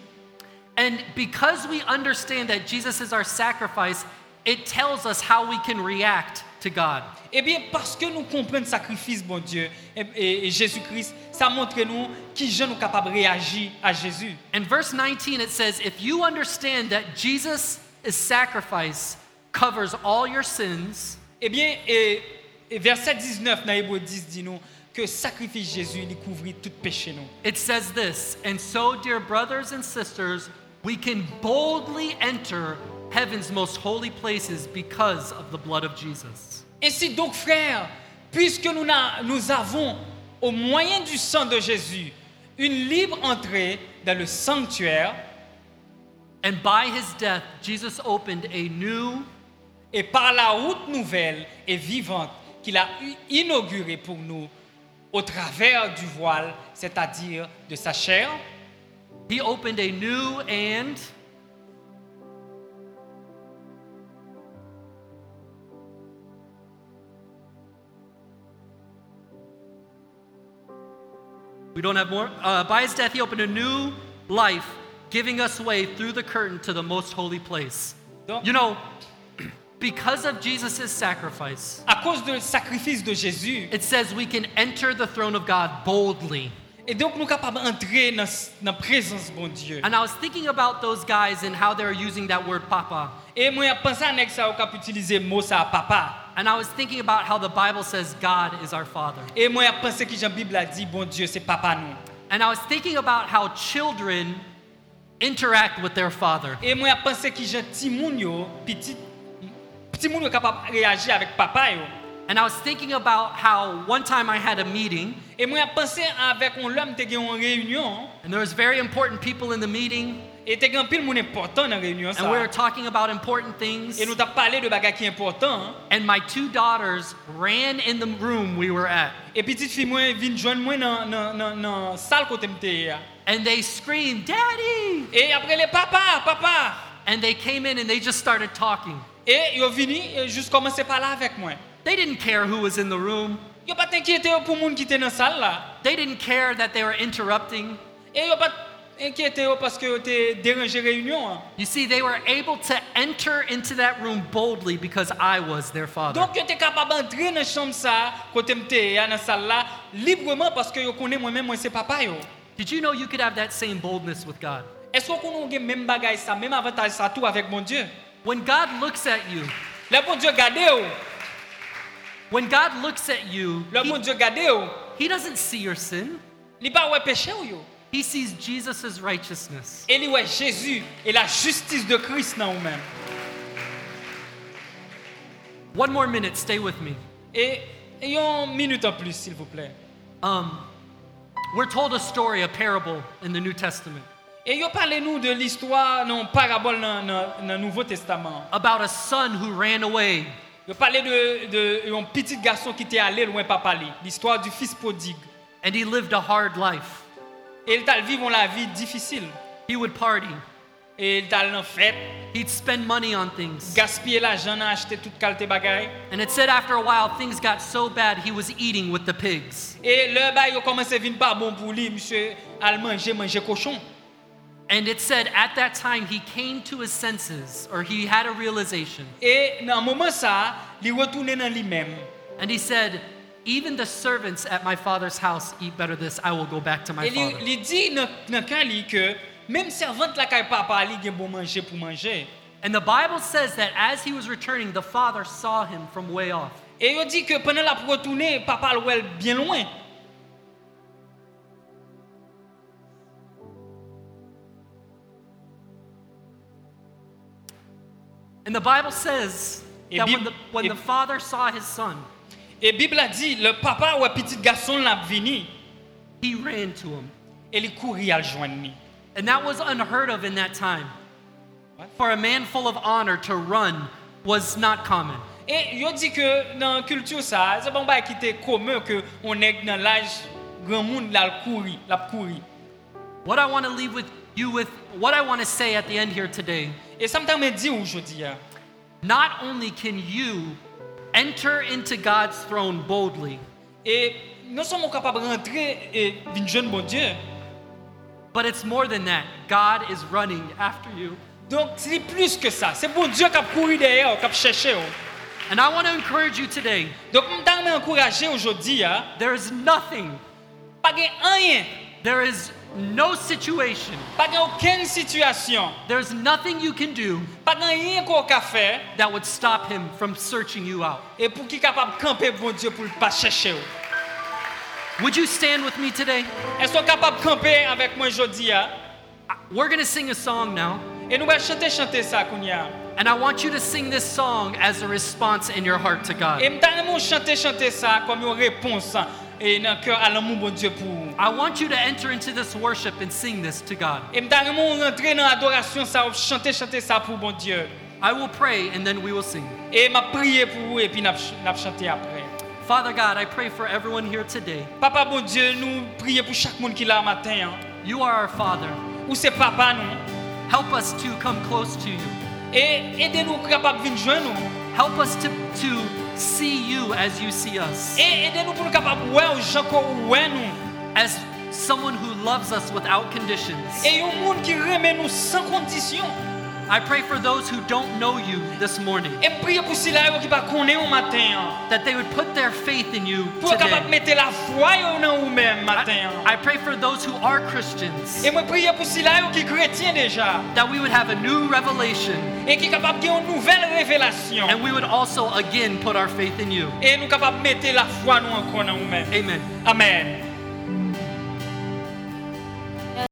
Speaker 2: and because we understand that Jesus is our sacrifice, it tells us how we can react to God.
Speaker 3: Eh bien, parce que nous comprenons le sacrifice, bon Dieu, et, et- et Jésus-Christ, ça montre nous qui gens nous capables de réagir à Jésus.
Speaker 2: In verse 19, it says, If you understand that Jesus' sacrifice covers all your sins,
Speaker 3: Eh bien, et, et verset 19 dans Hébreu 10 dit nous que sacrifice Jésus, il couvrit tout péché nous.
Speaker 2: it says this, and so, dear brothers and sisters, we can boldly enter heaven's most holy places because of the blood of Jesus.
Speaker 3: Ainsi donc, frères, puisque nous, n'a- nous avons, au moyen du sang de Jésus, une libre entrée dans le sanctuaire,
Speaker 2: And by his death, Jesus opened a new
Speaker 3: et par la route nouvelle et vivante qu'il a eu- inaugurée pour nous au travers du voile, c'est-à-dire de sa chair,
Speaker 2: he opened a new and We don't have more. Uh, by his death, he opened a new life, giving us way through the curtain to the most holy place.
Speaker 3: Don't-
Speaker 2: You know, [CLEARS THROAT] because of Jesus' sacrifice,
Speaker 3: à cause du sacrifice de Jésus.
Speaker 2: it says we can enter the throne of God boldly.
Speaker 3: Et donc nous sommes capables d'entrer dans dans la présence de bon Dieu.
Speaker 2: And I was thinking about those guys and how they're using that word papa.
Speaker 3: Et moi, je pense à un ça qui utiliser le mot ça à papa.
Speaker 2: And I was thinking about how the Bible says God is our father.
Speaker 3: Et moi, je pense que Jean-Bible a dit, bon Dieu, c'est papa nous.
Speaker 2: And I was thinking about how children interact with their father.
Speaker 3: Et moi, je pense que Jean Timounio, petit, petit monde est capable de réagir avec papa. yo.
Speaker 2: And I was thinking about how one time I had a meeting
Speaker 3: Et moi, je pensé avec un l'homme qui a en réunion.
Speaker 2: and there was very important people in the meeting
Speaker 3: Et t'es grand pile moun important dans réunion
Speaker 2: and we were
Speaker 3: ça.
Speaker 2: talking about important things
Speaker 3: Et nous t'a parlé de bagages qui important. hein.
Speaker 2: and my two daughters ran in the room we were at
Speaker 3: Et petite fille moi vient joindre moi dans dans dans dans salle côté m'était là.
Speaker 2: and they screamed, "Daddy!"
Speaker 3: Et après les papa, papa.
Speaker 2: And they came in and they just started talking.
Speaker 3: Et yo vini et juste commencer par là avec moi.
Speaker 2: They didn't care who was in the room.
Speaker 3: Yo pas t'inquiéter pour moun qui était dans salle là.
Speaker 2: They didn't care that they were interrupting.
Speaker 3: Et yo pas inquiéter parce que yo t'es dérangé réunion. hein.
Speaker 2: You see, they were able to enter into that room boldly because I was their father.
Speaker 3: Donc yo t'es capable d'entrer dans chambre ça côté m'était là dans salle là librement parce que yo connais moi-même moi c'est papa yo.
Speaker 2: Did you know you could have that same boldness with God?
Speaker 3: Est-ce qu'on a même bagage ça, même avantage ça tout avec mon Dieu?
Speaker 2: When God looks at you,
Speaker 3: Le bon Dieu gardez yo.
Speaker 2: when God looks at you,
Speaker 3: Le
Speaker 2: he,
Speaker 3: bon Dieu gade yo,
Speaker 2: he doesn't see your sin.
Speaker 3: li pa wè peche ou yo.
Speaker 2: He sees Jesus' righteousness.
Speaker 3: E li wè Jésus et la justice de Christ nan ou men.
Speaker 2: One more minute, stay with me.
Speaker 3: Et et yon minute en plus, s'il vous plaît.
Speaker 2: Um, we're told a story, a parable in the New Testament
Speaker 3: Et yon parle nou de l'histoire nan parabole nan, nan, nan Nouveau Testament.
Speaker 2: about a son who ran away.
Speaker 3: Yon parle de, de yon petit garçon qui te allé loin papa li. L'histoire du fils prodigue.
Speaker 2: and he lived a hard life.
Speaker 3: Et il tal vivon la vie difficile.
Speaker 2: He would party,
Speaker 3: Et il tal nan fête,
Speaker 2: he'd spend money on things.
Speaker 3: gaspiller l'argent nan achete tout kalte bagay.
Speaker 2: And it said after a while, things got so bad he was eating with the pigs.
Speaker 3: Et le bay yon komanse vin pa bon pou li, msye al manje, manje cochon.
Speaker 2: And it said at that time he came to his senses, or he had a realization.
Speaker 3: Et dans un moment ça, il retourne dans lui-même.
Speaker 2: And he said, Even the servants at my father's house eat better this. I will go back to my
Speaker 3: Et
Speaker 2: father.
Speaker 3: il dit dans dans le cas lui que même servante la caille papa lui a bon manger pour manger.
Speaker 2: And the Bible says that as he was returning, the father saw him from way off.
Speaker 3: Et il dit que pendant la retourner, papa le voit bien loin.
Speaker 2: And the Bible says
Speaker 3: Et
Speaker 2: that when
Speaker 3: Bib-
Speaker 2: the, when
Speaker 3: et-
Speaker 2: the father saw his son,
Speaker 3: Et Bible a dit le papa ou petit garçon l'a venu
Speaker 2: he ran to him.
Speaker 3: et il courit à le joindre. lui.
Speaker 2: And that was unheard of in that time.
Speaker 3: What?
Speaker 2: For a man full of honor to run was not common.
Speaker 3: bah, Et il dit que dans la culture ça, c'est bon bail qui était commun que on est dans l'âge grand monde l'a couru, l'a couru.
Speaker 2: What I want to leave with you with, what I want to say at the end here today,
Speaker 3: Et ça me dit aujourd'hui, hein,
Speaker 2: not only can you enter into God's throne boldly,
Speaker 3: et nous sommes capables de rentrer et venir jeune bon Dieu.
Speaker 2: but it's more than that. God is running after you.
Speaker 3: Donc c'est plus que ça, c'est bon Dieu qui a couru derrière, qui a cherché. hein.
Speaker 2: And I want to encourage you today
Speaker 3: Donc je encouragé aujourd'hui, hein,
Speaker 2: there is nothing,
Speaker 3: pas de rien,
Speaker 2: there is no situation,
Speaker 3: pas de aucune situation,
Speaker 2: there's nothing you can do
Speaker 3: pas de rien qu'on peut faire
Speaker 2: that would stop him from searching you out.
Speaker 3: et pour qui est capable de camper bon Dieu pour ne pas chercher. hein.
Speaker 2: Would you stand with me today?
Speaker 3: Est-ce qu'on est capable de camper avec moi aujourd'hui hein?
Speaker 2: We're going to sing a song now,
Speaker 3: Et nous allons chanter, chanter ça, Kounia.
Speaker 2: and I want you to sing this song as a response in your heart to
Speaker 3: Et
Speaker 2: God.
Speaker 3: nous chanter, chanter ça comme une réponse hein, et dans le cœur à l'amour bon Dieu pour vous.
Speaker 2: I want you to enter into this worship and sing this to God.
Speaker 3: Et nous allons rentrer dans l'adoration, ça, chanter, chanter ça pour bon Dieu.
Speaker 2: I will pray, and then we will sing.
Speaker 3: Et m'a prié pour vous et puis nous allons chanter après.
Speaker 2: Father God, I pray for everyone here today.
Speaker 3: Papa bon Dieu, nous prions pour chaque monde qui est là matin. hein.
Speaker 2: You are our Father.
Speaker 3: Ou c'est papa nous.
Speaker 2: Help us to come close to you.
Speaker 3: Et aidez-nous capable de venir joindre nous.
Speaker 2: Help us to, to see you as you see us,
Speaker 3: Et aidez-nous pour nous capable de voir aux gens qu'on voit nous.
Speaker 2: as someone who loves us without conditions.
Speaker 3: Et un monde qui remet nous sans condition.
Speaker 2: I pray for those who don't know you this morning
Speaker 3: Et priez pour ceux là qui ne connaissent pas au matin. hein.
Speaker 2: that they would put their faith in you
Speaker 3: pour être capable de
Speaker 2: today.
Speaker 3: mettre la foi yo dans vous-même matin.
Speaker 2: I, I pray for those who are Christians
Speaker 3: Et moi prier pour ceux là qui chrétiens déjà
Speaker 2: that we would have a new revelation
Speaker 3: et qui capable de une nouvelle révélation
Speaker 2: and we would also again put our faith in you.
Speaker 3: et nous capable de mettre la foi nous encore dans nous-mêmes.
Speaker 2: Amen.
Speaker 3: Amen.